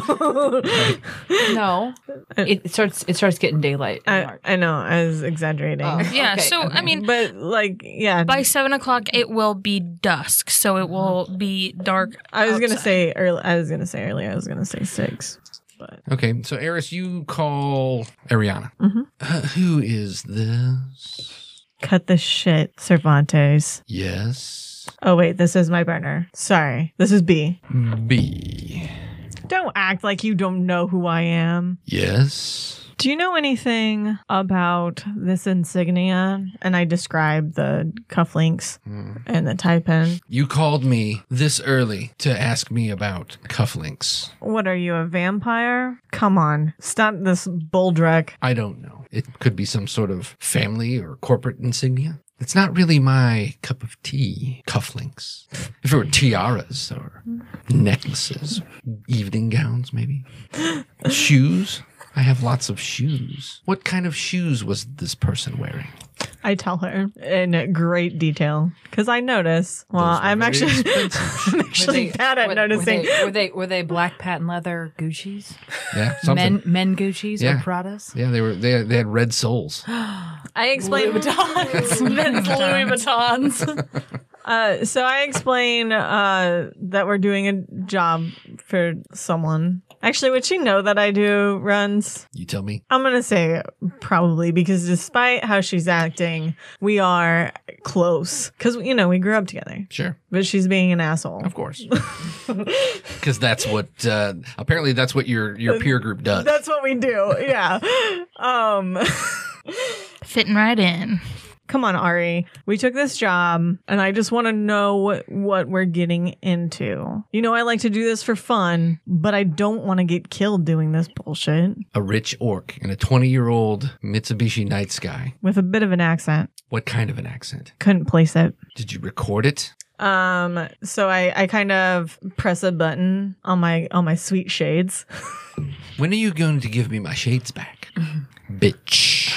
No, it starts it starts getting daylight. in I, March. I know I was exaggerating, Oh, stuff. Yeah. okay, so I okay. mean, but like yeah, by seven o'clock it will be dusk, so it will be dark. I was gonna outside. say early. I was gonna say earlier. I was gonna say six. But Okay, so Eris, you call Ariana. Mhm. Uh, who is this? cut the shit, Cervantes. Yes, Oh wait, this is my burner. Sorry, this is B. B. Don't act like you don't know who I am. Yes. Do you know anything about this insignia? And I describe the cufflinks Hmm. and the tie pin. You called me this early to ask me about cufflinks. What are you, a vampire? Come on, stop this bulldrack. I don't know. It could be some sort of family or corporate insignia. It's not really my cup of tea, cufflinks. If it were tiaras or necklaces, evening gowns, maybe. shoes. I have lots of shoes. What kind of shoes was this person wearing? I tell her in great detail because I notice. Well, Those were I'm very actually, expensive. I'm actually bad at Were- noticing. Were they, were they were they black patent leather Gucci's? Yeah, something. Men men Gucci's Yeah. or Pradas? Yeah, they were they, they had red soles. I explain. Men's Louis Vuittons. Uh, so I explain uh, that we're doing a job for someone. Actually, would she know that I do runs? You tell me. I'm gonna say probably because despite how she's acting, we are close. Because you know we grew up together, Sure. but she's being an asshole. Of course. Because that's what uh, apparently that's what your your peer group does. That's what we do. Yeah. um. fitting right in. come on ari we took this job and i just want to know what, what we're getting into you know i like to do this for fun but i don't want to get killed doing this bullshit a rich orc and a 20 year old Mitsubishi Night Sky. with a bit of an accent What kind of an accent? couldn't place it Did you record it? Um, so I, I kind of press a button on my on my sweet shades. When are you going to give me my shades back? Bitch.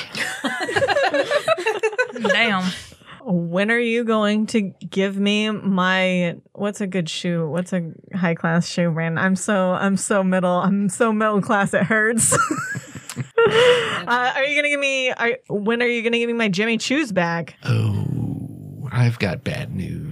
Damn. When are you going to give me my what's a good shoe? What's a high class shoe brand? I'm so I'm so middle I'm so middle class it hurts. uh, are you gonna give me? Are, when are you gonna give me my Jimmy Choo's back? Oh, I've got bad news.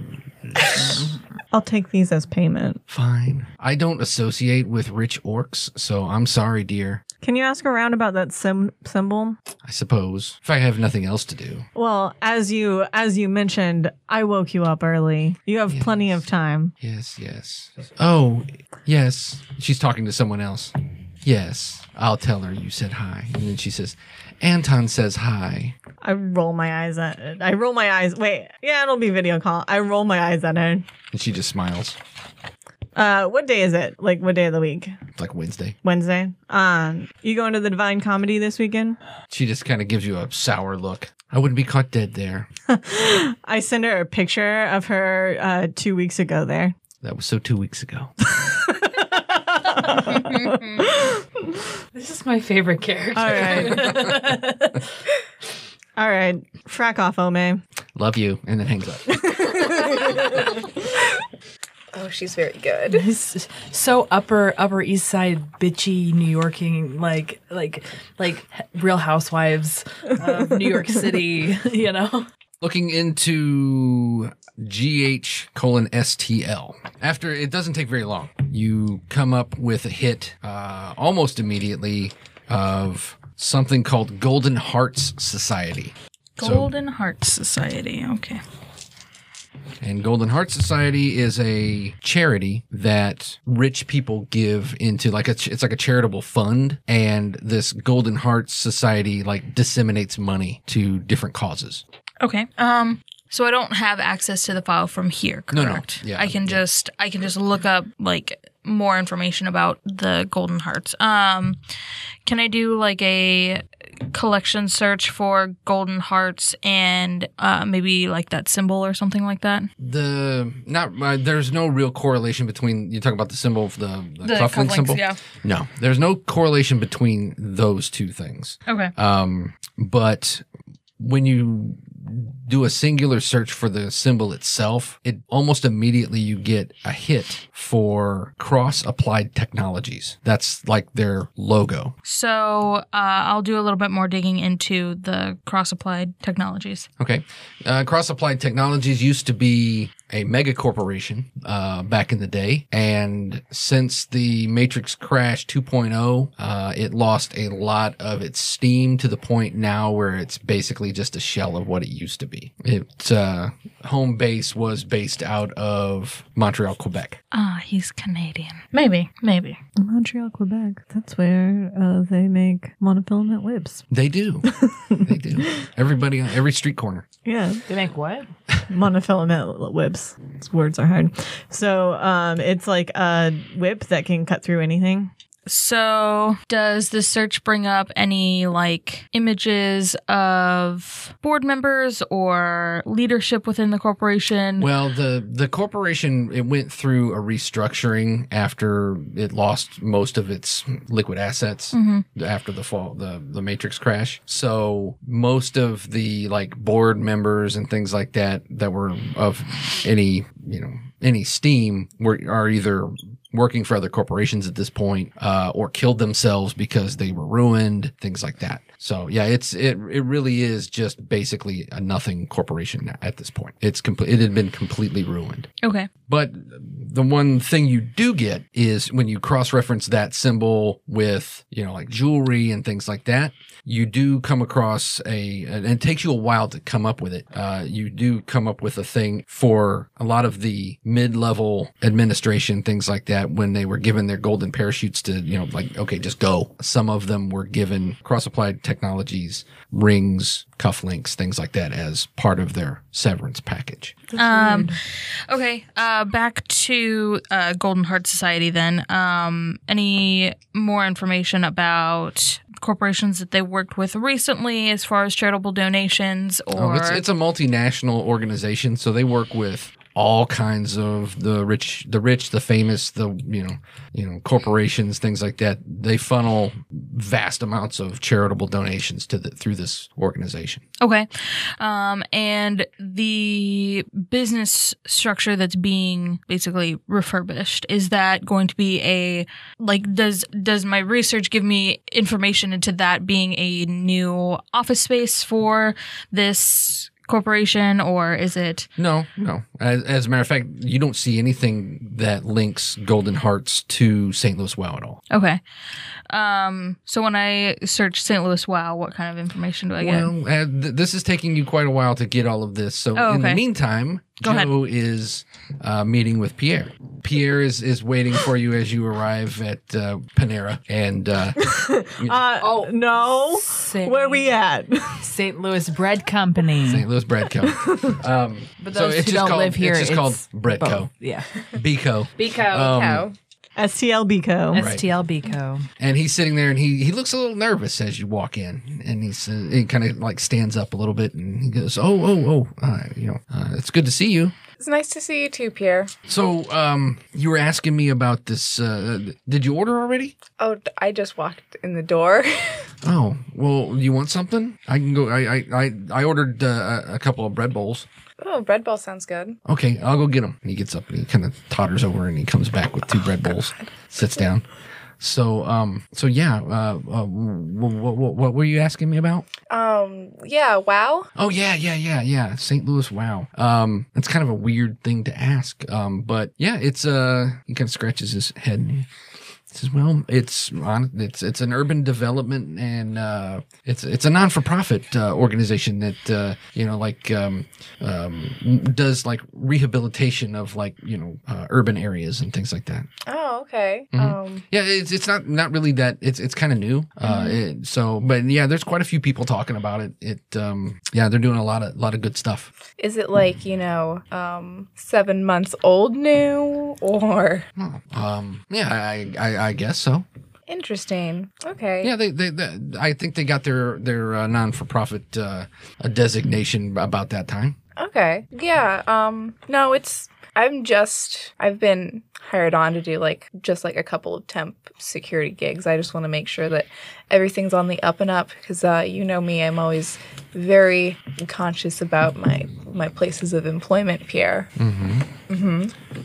I'll take these as payment. Fine. I don't associate with rich orcs, so I'm sorry, dear. Can you ask around about that sim- symbol? I suppose. If I have nothing else to do. Well, as you as you mentioned, I woke you up early. You have plenty of time. Yes, yes. Oh, yes. She's talking to someone else. Yes, I'll tell her you said hi. And then she says, Anton says hi. I roll my eyes at it. I roll my eyes. Wait, yeah, it'll be video call. I roll my eyes at it. And she just smiles. Uh, what day is it? Like what day of the week? It's like Wednesday. Wednesday. Um, you going to the Divine Comedy this weekend? She just kind of gives you a sour look. I wouldn't be caught dead there. I send her a picture of her uh, two weeks ago there. That was so two weeks ago. This is my favorite character. All right. All right. Frack off, Ome. Love you. And then hangs up. Oh, she's very good. This so upper upper east side bitchy New Yorking like like like Real Housewives of New York City. You know. looking into GH colon STL. After it doesn't take very long, you come up with a hit uh, almost immediately of something called Golden Hearts Society. So- Golden Heart Society. Okay. And Golden Heart Society is a charity that rich people give into like a, ch- it's like a charitable fund and this Golden Heart Society like disseminates money to different causes. Okay. Um. So I don't have access to the file from here, No, no. correct? Yeah, I can yeah. just I can just look up like more information about the Golden Hearts. Um, can I do like a collection search for Golden Hearts and uh, maybe like that symbol or something like that? The not uh, there's no real correlation between you talk about the symbol of the, the, cufflink symbol. Yeah. No, there's no correlation between those two things. Okay. Um, but when you do a singular search for the symbol itself, it almost immediately you get a hit for Cross Applied Technologies. That's like their logo. So uh, I'll do a little bit more digging into the cross applied technologies. Okay. Uh, Cross Applied Technologies used to be a mega corporation uh, back in the day. And since the Matrix Crash 2.0, uh, it lost a lot of its steam to the point now where it's basically just a shell of what it used to be. Its uh, home base was based out of Montreal, Quebec. Ah, he's Canadian. Maybe, maybe. Montreal, Quebec. That's where uh, they make monofilament whips. They do. they do. Everybody on every street corner. Yeah, They make what? monofilament whips. These words are hard. So um, it's like a whip that can cut through anything. So, does the search bring up any like images of board members or leadership within the corporation? Well, the the corporation it went through a restructuring after it lost most of its liquid assets Mhm. after the fall the the Matrix crash. So most of the like board members and things like that that were of any you know any steam were are either working for other corporations at this point uh, or killed themselves because they were ruined things like that so yeah it's it, it really is just basically a nothing corporation at this point it's complete it had been completely ruined okay. but the one thing you do get is when you cross reference that symbol with, you know, like jewelry and things like that, you do come across a, and it takes you a while to come up with it. Uh, you do come up with a thing for a lot of the mid level administration, things like that, when they were given their golden parachutes to, you know, like, okay, just go. Some of them were given cross applied technologies, rings, cufflinks, things like that as part of their severance package. Um okay, uh back to uh Golden Heart Society then. Um any more information about corporations that they worked with recently as far as charitable donations or Oh, it's, it's a multinational organization, so they work with all kinds of the rich, the rich, the famous, the you know, you know, corporations, things like that. They funnel vast amounts of charitable donations to the through this organization. Okay. Um, and the business structure that's being basically refurbished, is that going to be a like does does my research give me information into that being a new office space for this corporation or is it No, no. As, as a matter of fact, you don't see anything that links Golden Hearts to St. Louis WoW at all. okay. Um so when I search St. Louis wow, what kind of information do I get? Well, uh, th- this is taking you quite a while to get all of this. So Oh, in the okay. meantime, Go ahead. Joe is uh, meeting with Pierre. Pierre is, is waiting for you as you arrive at uh, Panera, and uh, Uh, Oh. no. Sick. Where we at? St. Louis Bread Company. St. Louis Bread Co. Um, But so those it's who just don't called, live here, it's just it's called Bread both. Co. Yeah. Bico. Bico. Um, STL Co. Right. STLB Co. and he's sitting there and he he looks a little nervous as you walk in and he's uh, he kind of like stands up a little bit and he goes oh oh oh uh, you know uh, it's good to see you It's nice to see you too, Pierre. so um you were asking me about this uh did you order already Oh, d- I just walked in the door. oh well you want something i can go i i i, I ordered uh, a a couple of bread bowls oh, bread ball sounds good. okay i'll go get them and he gets up and he kind of totters over and he comes back with two bread bowls sits down so um so yeah uh, uh what, what, what were you asking me about Um, yeah, wow. Oh yeah, yeah, yeah, yeah. St. Louis. Wow. Um, it's kind of a weird thing to ask. Um, but yeah, it's uh, he kind of scratches his head. And he says, "Well, it's on. It's it's an urban development and uh, it's it's a non for profit uh, organization that uh, you know like um, um, does like rehabilitation of like you know uh, urban areas and things like that. Oh, okay. Mhm. Um, Yeah, it's it's not not really that. It's it's kind of new. Uh, it, so, but yeah, there's quite a few people talking about it. It um, yeah, they're doing a lot of lot of good stuff. is it like, you know, um, seven months old new or Oh, um, yeah, I, I, I guess so. interesting? Okay. Yeah, they, they, they I think they got their their uh, non for profit uh, uh, designation about that time. Okay. Yeah. Um no, it's I'm just I've been hired on to do like just like a couple of temp security gigs. I just want to make sure that everything's on the up and up cuz uh you know me, I'm always very conscious about my my places of employment, Pierre.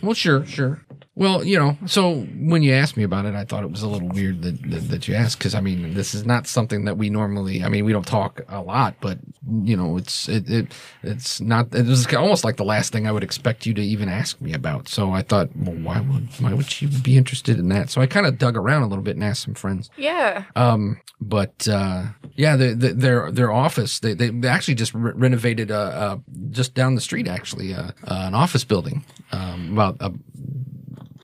Well, sure, sure. Well, you know, so when you asked me about it, I thought it was a little weird that that, that you asked because I mean, this is not something that we normally. I mean, we don't talk a lot, but you know, it's it, it it's not. It was almost like the last thing I would expect you to even ask me about. So I thought, well, why would why would she be interested in that? So I kind of dug around a little bit and asked some friends. Yeah. Um, but uh, yeah, the, the, their their office they, they actually just re- renovated uh, uh, just down the street actually uh, uh, an office building um, about uh,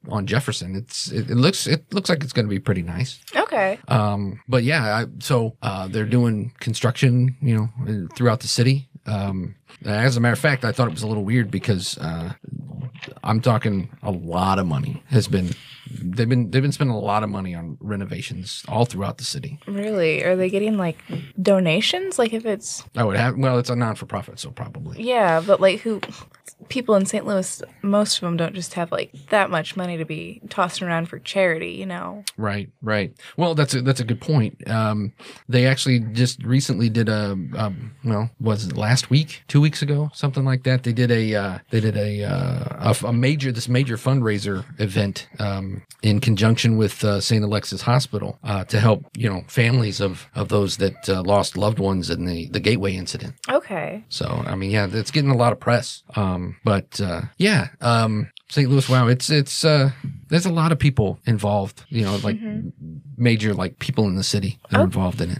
on Jefferson. It's it, it looks it looks like it's going to be pretty nice. Okay. Um, but yeah, I, so uh, they're doing construction, you know, throughout the city. Um, as a matter of fact, I thought it was a little weird because uh, I'm talking a lot of money has been they've been they've been spending a lot of money on renovations all throughout the city. Really? Are they getting like donations like if it's I would have. Well, it's a non for profit, so probably. Yeah, but like who people in St. Louis, most of them don't just have like that much money to be tossing around for charity, you know. Right, right. Well, that's a that's a good point. Um, they actually just recently did a um, well, was it last week, two weeks ago, something like that. They did a uh, they did a, uh, a f- a major this major fundraiser event um, in conjunction with uh, St. Alexis Hospital uh, to help you know families of of those that uh, lost loved ones in the the Gateway incident. Okay. So I mean, yeah, it's getting a lot of press. Um, but uh, yeah, um, St. Louis, wow, it's it's uh, there's a lot of people involved. You know, like Mm-hmm. major like people in the city Oh. that are involved in it.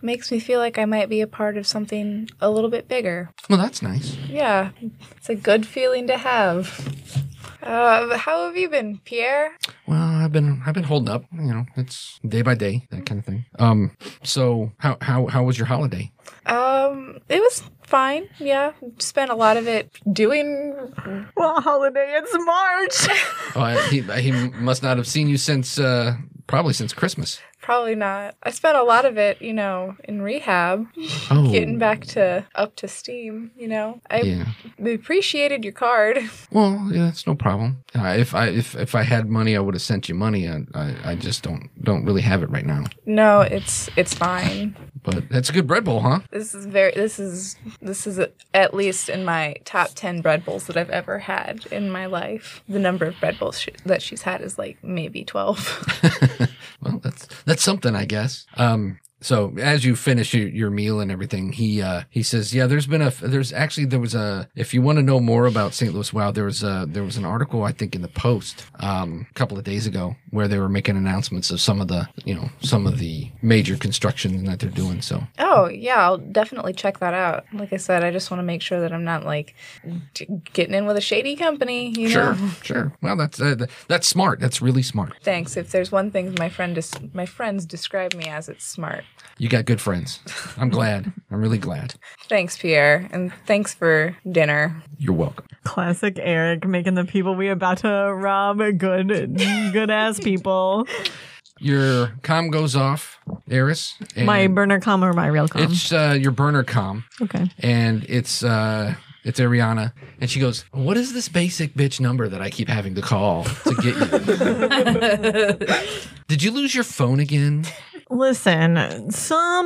Makes me feel like I might be a part of something a little bit bigger. Well, that's nice. Yeah, it's a good feeling to have. Uh, how have you been, Pierre? Well, I've been I've been holding up. You know, it's day by day that kind of thing. Um, so how how how was your holiday? Um, it was fine. Yeah, spent a lot of it doing. Well, holiday, it's March. Oh, I- he he must not have seen you since uh, probably since Christmas. Probably not. I spent a lot of it, you know, in rehab, Oh, getting back to up to steam, you know. I Yeah. appreciated your card. Well, yeah, that's no problem. Uh, if I if if I had money, I would have sent you money. I, I I just don't don't really have it right now. No, it's it's fine. But that's a good bread bowl, huh? This is very this is this is at least in my top 10 bread bowls that I've ever had in my life. The number of bread bowls she, that she's had is like maybe 12. well, that's that's something, I guess. Um, so as you finish your, your meal and everything, he uh, he says, "Yeah, there's been a there's actually there was a if you want to know more about St. Louis Wow, there was a there was an article I think in the Post um, a couple of days ago where they were making announcements of some of the you know some of the major construction that they're doing. So oh, yeah, I'll definitely check that out. Like I said, I just want to make sure that I'm not like t- getting in with a shady company, you know. sure. Well, that's uh, th- that's smart. That's really smart. Thanks. If there's one thing my friend dis- my friends describe me as, it's smart. You got good friends. I'm glad. I'm really glad. Thanks, Pierre, and thanks for dinner. You're welcome. Classic Eric making the people we about to rob good, good ass people. Your comm goes off, Eris. and My burner com or my real com? It's uh, your burner comm, okay. and it's uh, it's Ariana, and she goes, "What is this basic bitch number that I keep having to call to get you? Did you lose your phone again? Listen,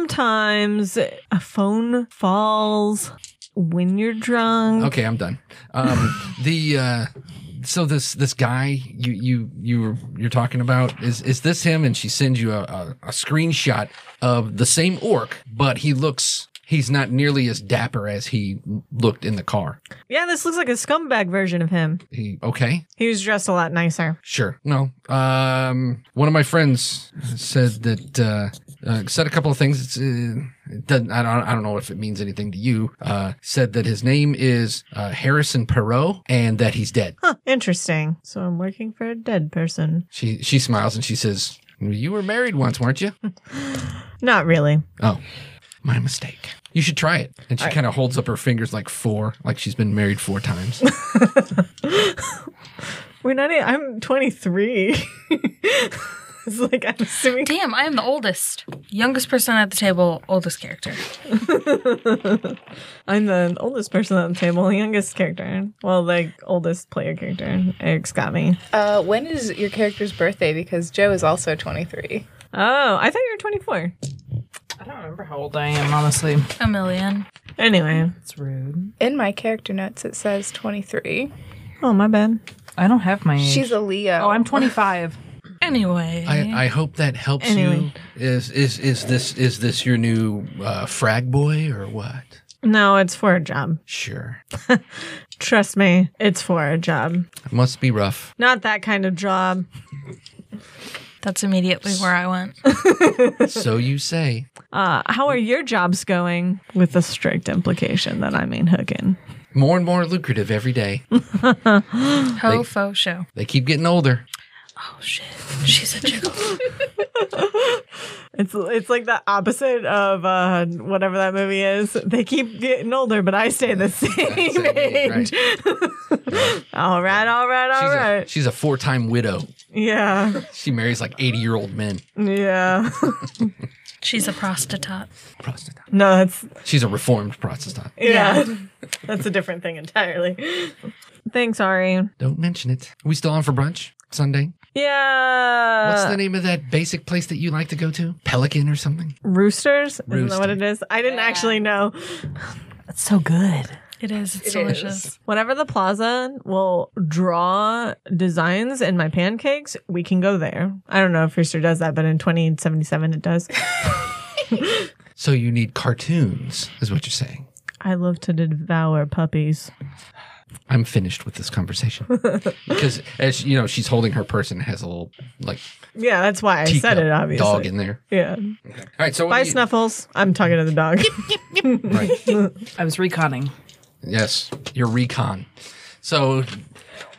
sometimes a phone falls when you're drunk. Okay, I'm done. Um, the uh, so this this guy you you you were- you're talking about is is this him? And she sends you a, a, a screenshot of the same orc, but he looks." He's not nearly as dapper as he looked in the car. Yeah, this looks like a scumbag version of him. He okay? He was dressed a lot nicer. Sure. No. Um, one of my friends said that uh, uh, said a couple of things. It's, uh, it doesn't. I don't. I don't know if it means anything to you. Uh, said that his name is uh, Harrison Perot and that he's dead. Huh, interesting. So I'm working for a dead person. She she smiles and she says, "You were married once, weren't you?" Not really. oh, my mistake. You should try it. And she kind of holds up her fingers like four, like she's been married four times. We're not. e- I'm 23. it's like I'm assuming. Damn, I am the oldest. Youngest person at the table, oldest character. I'm the oldest person on the table, youngest character. Well, like oldest player character. Eric's got me. Uh, when is your character's birthday? Because Joe is also 23. Oh, I thought you were 24. I don't remember how old I am, honestly. A million. Anyway. It's rude. In my character notes, it says 23. Oh, my bad. I don't have my age. She's a Leo. oh, I'm 25. Anyway. I, I hope that helps Anyway. you. Is is is this is this your new uh, frag boy or what? No, it's for a job. Sure. Trust me, it's for a job. It must be rough. Not that kind of job. That's immediately where I went. so you say. Uh, how are your jobs going? With the strict implication that I mean hooking. More and more lucrative every day. Ho fo show. They keep getting older. Oh shit. She's a jiggle. It's it's like the opposite of uh, whatever that movie is. They keep getting older, but I stay the same age, age. all right, all right, all She's, right. a, she's a four time widow. yeah, She marries like 80 year old men. yeah. She's a prostitute. Prostitute. no, that's She's a reformed prostitute. yeah. that's a different thing entirely. Thanks, Ari. Don't mention it. Are we still on for brunch Sunday? Yeah. What's the name of that basic place that you like to go to? Pelican or something? Roosters? Isn't that what it Rooster. is? I didn't actually know. That's so good. It is. It's It delicious. is. Whenever the plaza will draw designs in my pancakes, we can go there. I don't know if Rooster does that, but in 2077 it does. So you need cartoons, is what you're saying. I love to devour puppies. I'm finished with this conversation because, as you know, she's holding her purse and has a little like Yeah, that's why I teacup said it, obviously. dog in there. yeah. All right, so what Bye, do you- Snuffles. I'm talking to the dog. Right. I was reconning. Yes, your recon. So,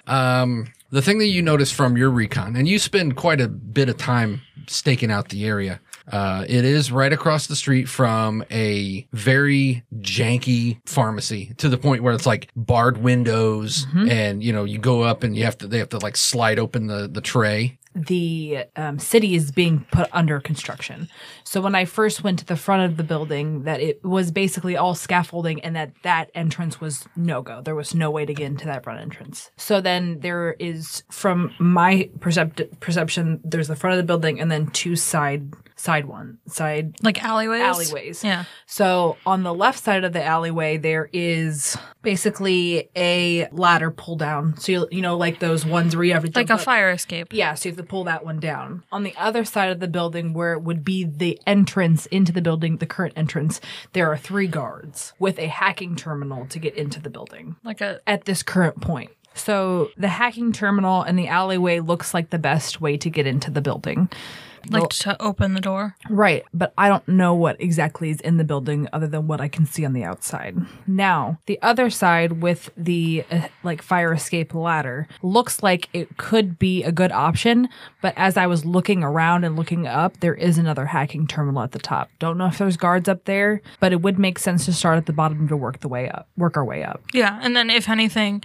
um, the thing that you notice from your recon, and you spend quite a bit of time staking out the area. Uh, it is right across the street from a very janky pharmacy to the point where it's like barred windows and you know you go up and you have to they have to like slide open the the tray the um, city is being put under construction. So when I first went to the front of the building, that it was basically all scaffolding, and that that entrance was no go. There was no way to get into that front entrance. So then there is, from my percept- perception, there's the front of the building, and then two side side one side Like alleyways? alleyways. Yeah. So on the left side of the alleyway, there is basically a ladder pull down. So you, you know, like those ones where you have to Like a jump up- fire escape. Yeah, so you have to pull that one down. On the other side of the building, where it would be the entrance into the building, the current entrance, there are three guards with a hacking terminal to get into the building Like a at this current point. So the hacking terminal and the alleyway looks like the best way to get into the building. like to open the door. Right, but I don't know what exactly is in the building other than what I can see on the outside. Now, the other side with the uh, like fire escape ladder looks like it could be a good option, but as I was looking around and looking up, there is another hacking terminal at the top. Don't know if there's guards up there, but it would make sense to start at the bottom to work the way up, work our way up. Yeah. And then if anything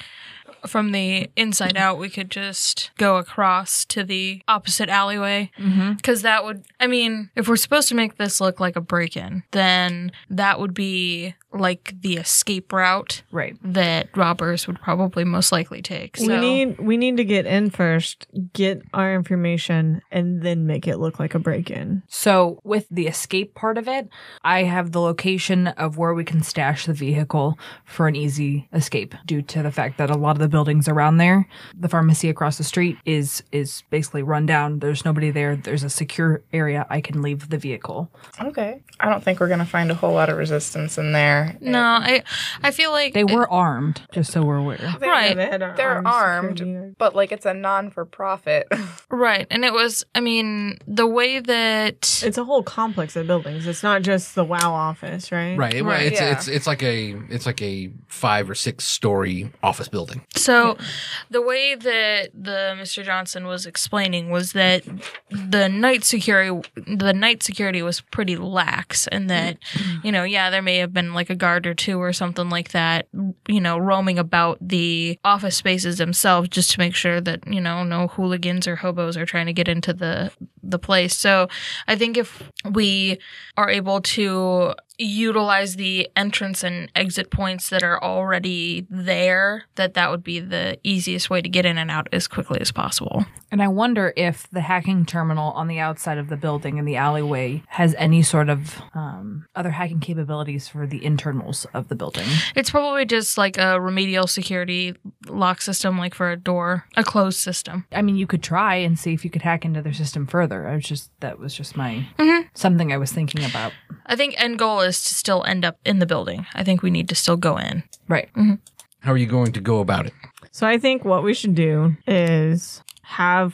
from the inside out, we could just go across to the opposite alleyway. Mhm. Because that would, I mean, if we're supposed to make this look like a break in, then that would be like the escape route Right. that robbers would probably most likely take. So We need we need to get in first, get our information, and then make it look like a break in. So, with the escape part of it, I have the location of where we can stash the vehicle for an easy escape due to the fact that a lot of the buildings around there, the pharmacy across the street is is basically run down. There's nobody there. There's a secure area I can leave the vehicle. Okay. I don't think we're gonna find a whole lot of resistance in there. no, I, I feel like They were armed, just so we're aware. They- Right. They're armed, but like it's a non for profit. right, and it was. I mean, the way that It's a whole complex of buildings. It's not just the WoW office, right? Right. It- Right. It's, Yeah. it's it's like a it's like a five or six story office building. So, the way that the Mr. Johnson was explaining was that the night security, the night security was pretty lax, and that you know, yeah, there may have been like a guard or two or something like that, you know, roaming about the office spaces themselves just to make sure that you know no hooligans or hobos are trying to get into the the place. So, I think if we are able to utilize the entrance and exit points that are already there that that would be the easiest way to get in and out as quickly as possible And I wonder if the hacking terminal on the outside of the building in the alleyway has any sort of um, other hacking capabilities for the internals of the building. it's probably just like a remedial security lock system like for a door a closed system I mean, you could try and see if you could hack into their system further. I was just that was just my Mhm. something I was thinking about. i think end goal is to still end up in the building i think we need to still go in Right. How are you going to go about it? So I think what we should do is have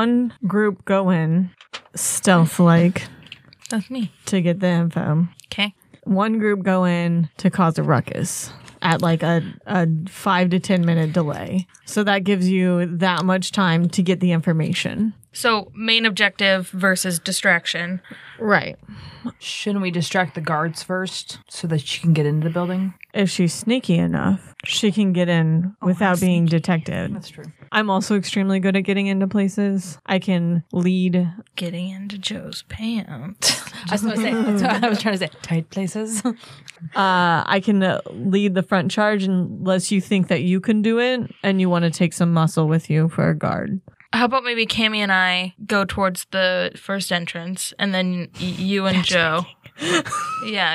one group go in stealth like that's me to get the info. okay One group go in to cause a ruckus at like a, a five to ten minute delay. So that gives you that much time to get the information. so main objective versus distraction Right. Shouldn't we distract the guards first so that she can get into the building? If she's sneaky enough, she can get in without being detected. true. I'm also extremely good at getting into places. I can lead. uh, getting into joe's pants I was, gonna say, that's what I was trying to say. Tight places. Uh, I can uh, lead the front charge unless you think that you can do it and you want to take some muscle with you for a guard. How about maybe Cammy and I go towards the first entrance, and then y- you and Joe. yeah,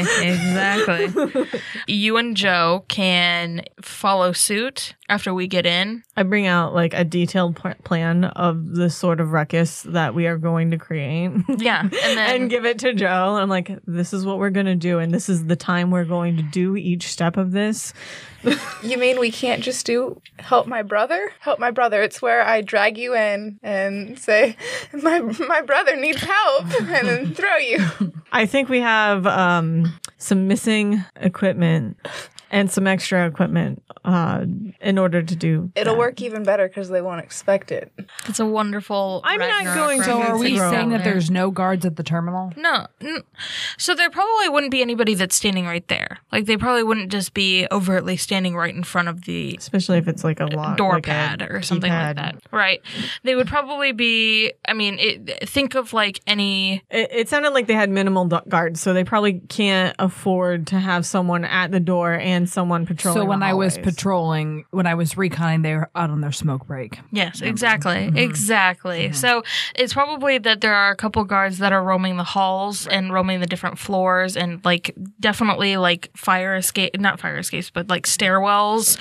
exactly. you and Joe can follow suit after we get in. I bring out like a detailed pl- plan of the sort of ruckus that we are going to create. Yeah, and then and give it to Joe. And I'm like, this is what we're going to do. And this is the time we're going to do each step of this. you mean we can't just do help my brother? Help my brother. It's where I drag you in and say, My my brother needs help and then throw you. I think we have um, some missing equipment and some extra equipment uh, in order to do. It'll that. work even better because they won't expect it. It's a wonderful. I'm not Ragnarok going to- So are reference we Grow. saying down that there. there's no guards at the terminal? No. n- So there probably wouldn't be anybody that's standing right there. Like they probably wouldn't just be overtly standing right in front of the Especially if it's like a lock, door like a pad or something keypad. like that. Right. They would probably be I mean, it, think of like any It, it sounded like they had minimal du- guards, so they probably can't afford to have someone at the door and someone patrolling. So when the I was hallways. patrolling, when I was reconning, they were out on their smoke break. Yes, exactly. Mm-hmm. Exactly. So it's probably that there are a couple guards that are roaming the halls and roaming the different floors and like definitely like fire escape not fire escapes but like stairwells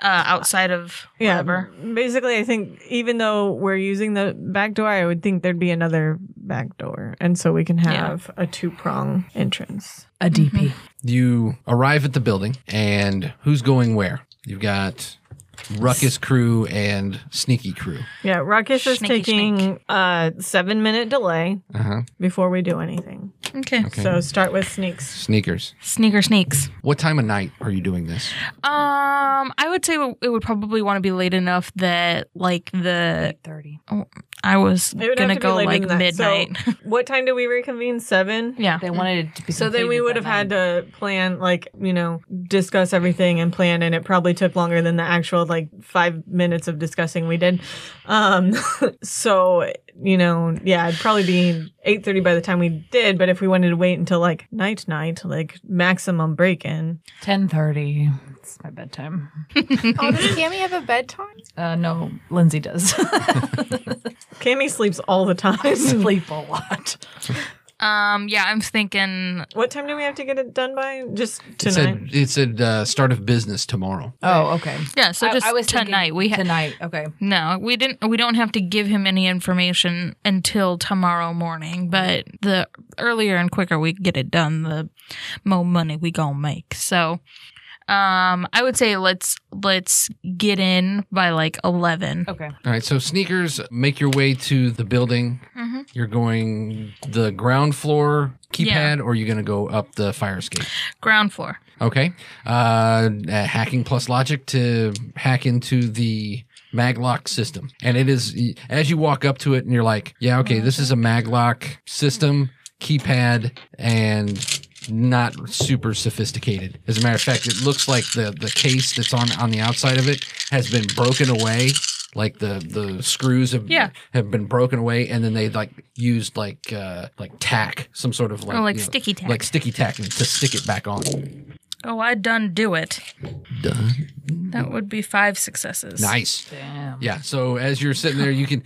uh, outside of whatever. Basically, I think even though we're using the back door, I would think there'd be another back door, and so we can have a two prong entrance. A DP. You arrive at the building, and who's going where? You've got Ruckus crew and Sneaky crew. Yeah, Ruckus is Sneaky taking a seven minute delay Uh huh. before we do anything. Okay. Okay. So start with sneaks. Sneakers. Sneaker sneaks. What time of night are you doing this? Um, I would say it would probably want to be late enough that like the 30. I was It would gonna have to go be later like than that. So midnight. what time do we reconvene? Seven. yeah. Mm-hmm. They wanted it to be. So then we would have had to plan, like, you know, discuss everything and plan, and it probably took longer than the actual, like, five minutes of discussing we did. Um, so, you know, yeah, it'd probably be 8.30 by the time we did, but if we wanted to wait until, like, night-night, like, maximum break-in. 10.30. It's my bedtime. oh, does Cammy have a bedtime? Uh, no, Lindsay does. Cammy sleeps all the time. Sleep a lot. Um. Yeah. I'm thinking. what time do we have to get it done by? Just It tonight? said it said uh, start of business tomorrow. Oh, okay. Yeah. So I- just I was thinking tonight. We ha- Tonight, okay. no. We didn't. We don't have to give him any information until tomorrow morning. But the earlier and quicker we get it done, the more money we gonna make. So. Um, I would say let's let's get in by like eleven. Okay. All right, so sneakers make your way to the building. Mhm. You're going the ground floor keypad, Yeah. or you're going to go up the fire escape. Ground floor. Okay, uh, uh, hacking plus logic to hack into the maglock system, and it is as you walk up to it, and you're like, yeah, okay, this is a maglock system keypad, and not super sophisticated. As a matter of fact, it looks like the the case that's on on the outside of it has been broken away. Like the the screws have Yeah. have been broken away, and then they like used like uh like tack, some sort of like Oh, like you know, sticky tack. like sticky tack to stick it back on. Oh, I done do it. Done. That would be five successes. Nice. Damn. Yeah. So as you're sitting there, you can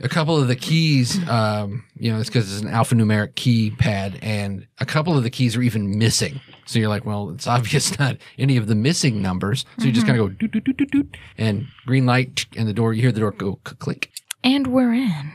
a couple of the keys. Um, you know, it's because it's an alphanumeric keypad, and a couple of the keys are even missing. So you're like, well, it's obvious not any of the missing numbers. So you just kind of go doot doot doot doot doot, and green light, and the door. You hear the door go cl- click. And we're in.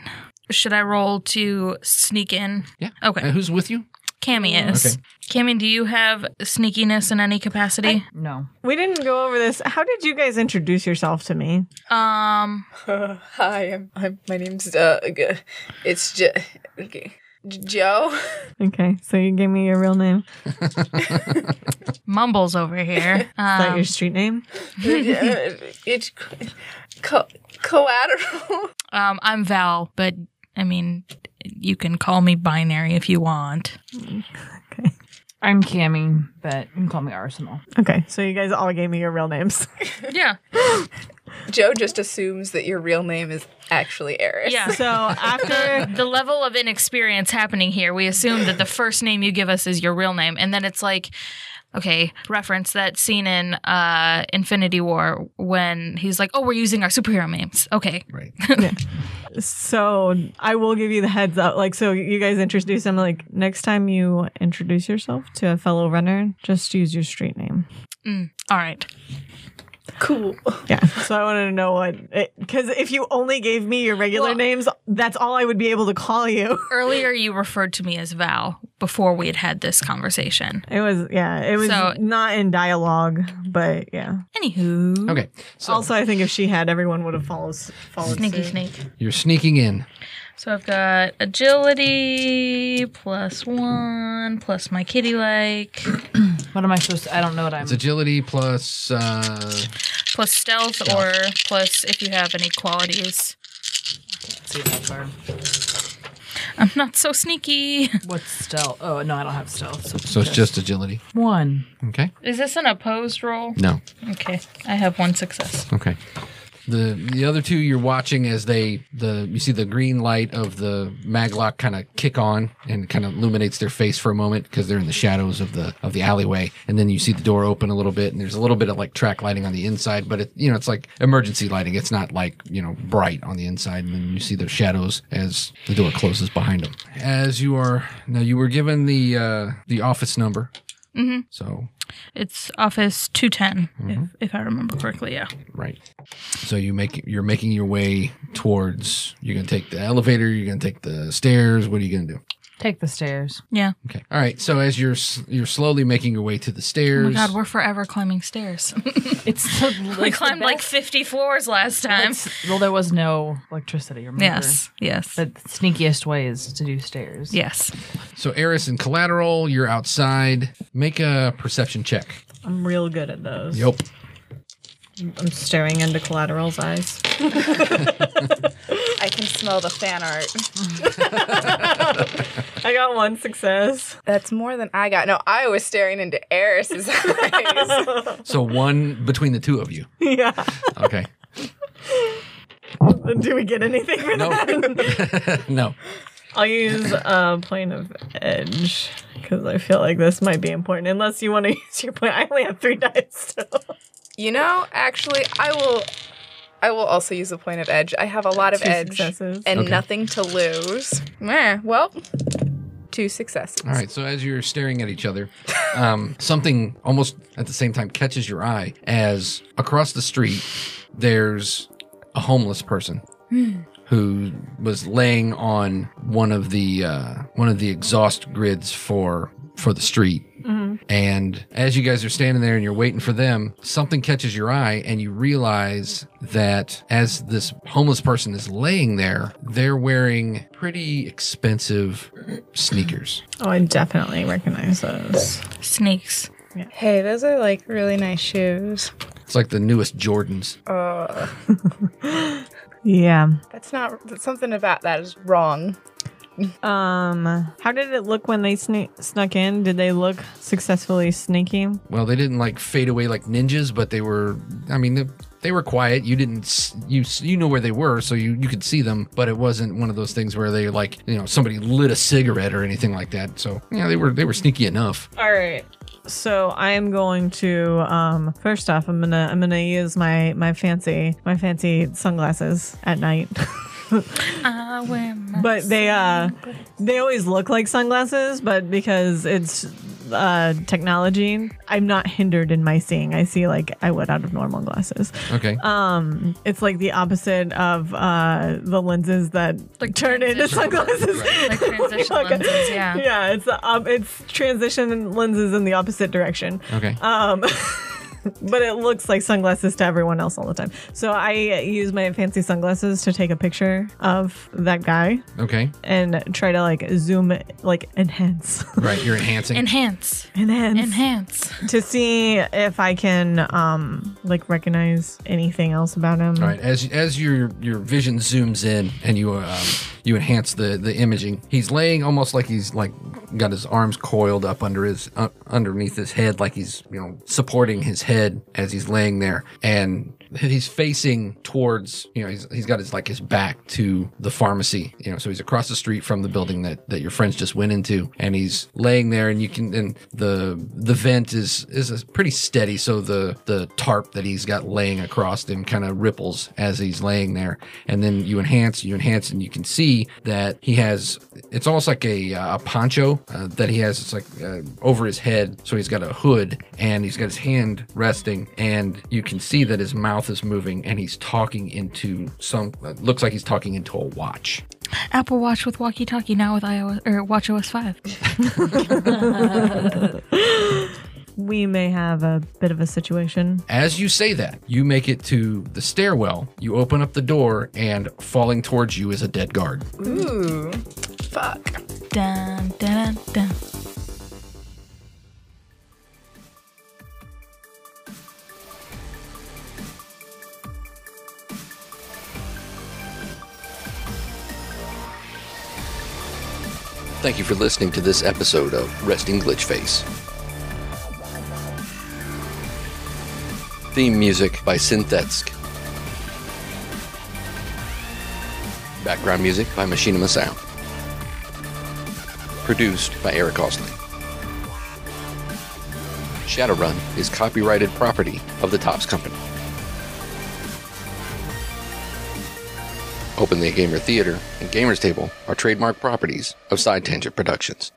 Should I roll to sneak in? Yeah. Uh, Okay. who's with you? Cammy is. Okay. Cammy, do you have sneakiness in any capacity? No. we didn't go over this. How did you guys introduce yourself to me? um, hi, I'm, I'm. My name's uh. g- It's J. Okay. J- Joe. Okay, so you gave me your real name. Mumbles over here. Is that Um, your street name? it's co- collateral. um, I'm Val, but I mean, you can call me binary if you want. I'm Cammy, but you can call me Arsenal. Okay, so you guys all gave me your real names. Yeah. Joe just assumes that your real name is actually Eris. Yeah. So after the level of inexperience happening here, we assume that the first name you give us is your real name, and then it's like, okay, reference that scene in uh, Infinity War when he's like, "Oh, we're using our superhero names." Okay, Right. so I will give you the heads up. Like so you guys introduce them like next time you introduce yourself to a fellow runner, just use your street name. Mm, all right. Cool. Yeah. So I wanted to know what because if you only gave me your regular Well- names, that's all I would be able to call you. Earlier, you referred to me as Val before we had had this conversation. It was yeah, it was So- not in dialogue, but yeah. Anywho, Okay. So also I think if she had everyone would have follows followed sneaky suit. snake. you're sneaking in. So I've got agility plus one plus my kitty like What am I supposed to? I don't know what I'm. It's agility plus uh, plus stealth or plus if you have any qualities. see that far. I'm not so sneaky. What's stealth? Oh no, I don't have stealth. So, so it's just agility. one. Okay. Is this an opposed roll? No. Okay, I have one success. Okay. The the other two you're watching as they the you see the green light of the maglock kind of kick on and kind of illuminates their face for a moment because they're in the shadows of the of the alleyway and then you see the door open a little bit and there's a little bit of like track lighting on the inside but it you know it's like emergency lighting it's not like you know bright on the inside and then you see those shadows as the door closes behind them as you are now you were given the uh, the office number mm-hmm. so It's office 210, if, if I remember correctly, yeah. Right. So you make you're making your way towards. You're gonna take the elevator. You're gonna take the stairs. What are you gonna do? Take the stairs. Yeah. Okay. All right. So as you're s- you're slowly making your way to the Oh stairs. my god, we're forever climbing stairs. It's so, we climbed like 50 floors last time. well, there was no electricity. Remember? Yes, yes, The sneakiest way is to do stairs. yes. so Eris and Collateral, you're outside. Make a perception check. I'm real good at those. Yep. I'm staring into Collateral's eyes. I can smell the fan art. I got one success. That's more than I got. No, I was staring into Eris's eyes. So one between the two of you. yeah. Okay. Do we get anything for No. that? no. I'll use uh, point of edge because I feel like this might be important. Unless you want to use your point, I only have three dice. still. You know, actually, I will. I will also use the point of edge. I have a lot of Two edge successes. and Okay. nothing to lose. Meh, well, two successes. All right. So as you're staring at each other, um, something almost at the same time catches your eye as across the street there's a homeless person who was laying on one of the uh, one of the exhaust grids for for the street. And as you guys are standing there and you're waiting for them, something catches your eye and you realize that as this homeless person is laying there, they're wearing pretty expensive sneakers. Oh, I definitely recognize those. Snakes. Hey, those are like really nice shoes. It's like the newest Jordans. Yeah. That's not that's something about that is wrong. Um, how did it look when they sne- snuck in? Did they look successfully sneaky? Well, they didn't like fade away like ninjas, but they were. I mean, they, they were quiet. You didn't. s- You s- you know where they were, so you you could see them. But it wasn't one of those things where they like you know somebody lit a cigarette or anything like that. So yeah, they were they were sneaky enough. All right. So I am going to um first off I'm gonna I'm gonna use my my fancy my fancy sunglasses at night. I wear my but they uh they always look like sunglasses, but because it's uh technology, I'm not hindered in my seeing. I see like I would out of normal glasses. Okay. Um it's like the opposite of uh the lenses that Like turn into transition sunglasses. like transition Like, lenses, yeah. Yeah, it's the um, it's transition lenses in the opposite direction. Okay. Um, but it looks like sunglasses to everyone else all the time. So I use my fancy sunglasses to take a picture of that guy okay. and try to like zoom, like enhance, Right. You're enhancing. Enhance. enhance, Enhance. to see if I can um like recognize anything else about him. All right. As as your your vision zooms in and you um, you enhance the the imaging, he's laying almost like he's like got his arms coiled up under his uh, underneath his head, like he's you know supporting his head as he's laying there, and he's facing towards you know he's, he's got his like his back to the pharmacy you know so he's across the street from the building that that your friends just went into and he's laying there and you can and the the vent is is a pretty steady so the the tarp that he's got laying across him kind of ripples as he's laying there and then you enhance you enhance and you can see that he has it's almost like a, uh, a poncho uh, that he has it's like uh, over his head so he's got a hood and he's got his hand resting and you can see that his mouth is moving and he's talking into some uh, looks like he's talking into a watch Apple Watch with walkie talkie now with iOS or Watch OS 5. we may have a bit of a situation. As you say that, you make it to the stairwell, you open up the door, and falling towards you is a dead guard. Ooh. Fuck. Dun, dun, dun, dun. Thank you for listening to this episode of Resting Glitch Face. Theme music by Synthetsk. Background music by Machinima Sound. Produced by Eric Osling. Shadowrun is copyrighted property of the Tops Company. Openly Gamer Theater and Gamers Table are trademark properties of Side Tangent Productions.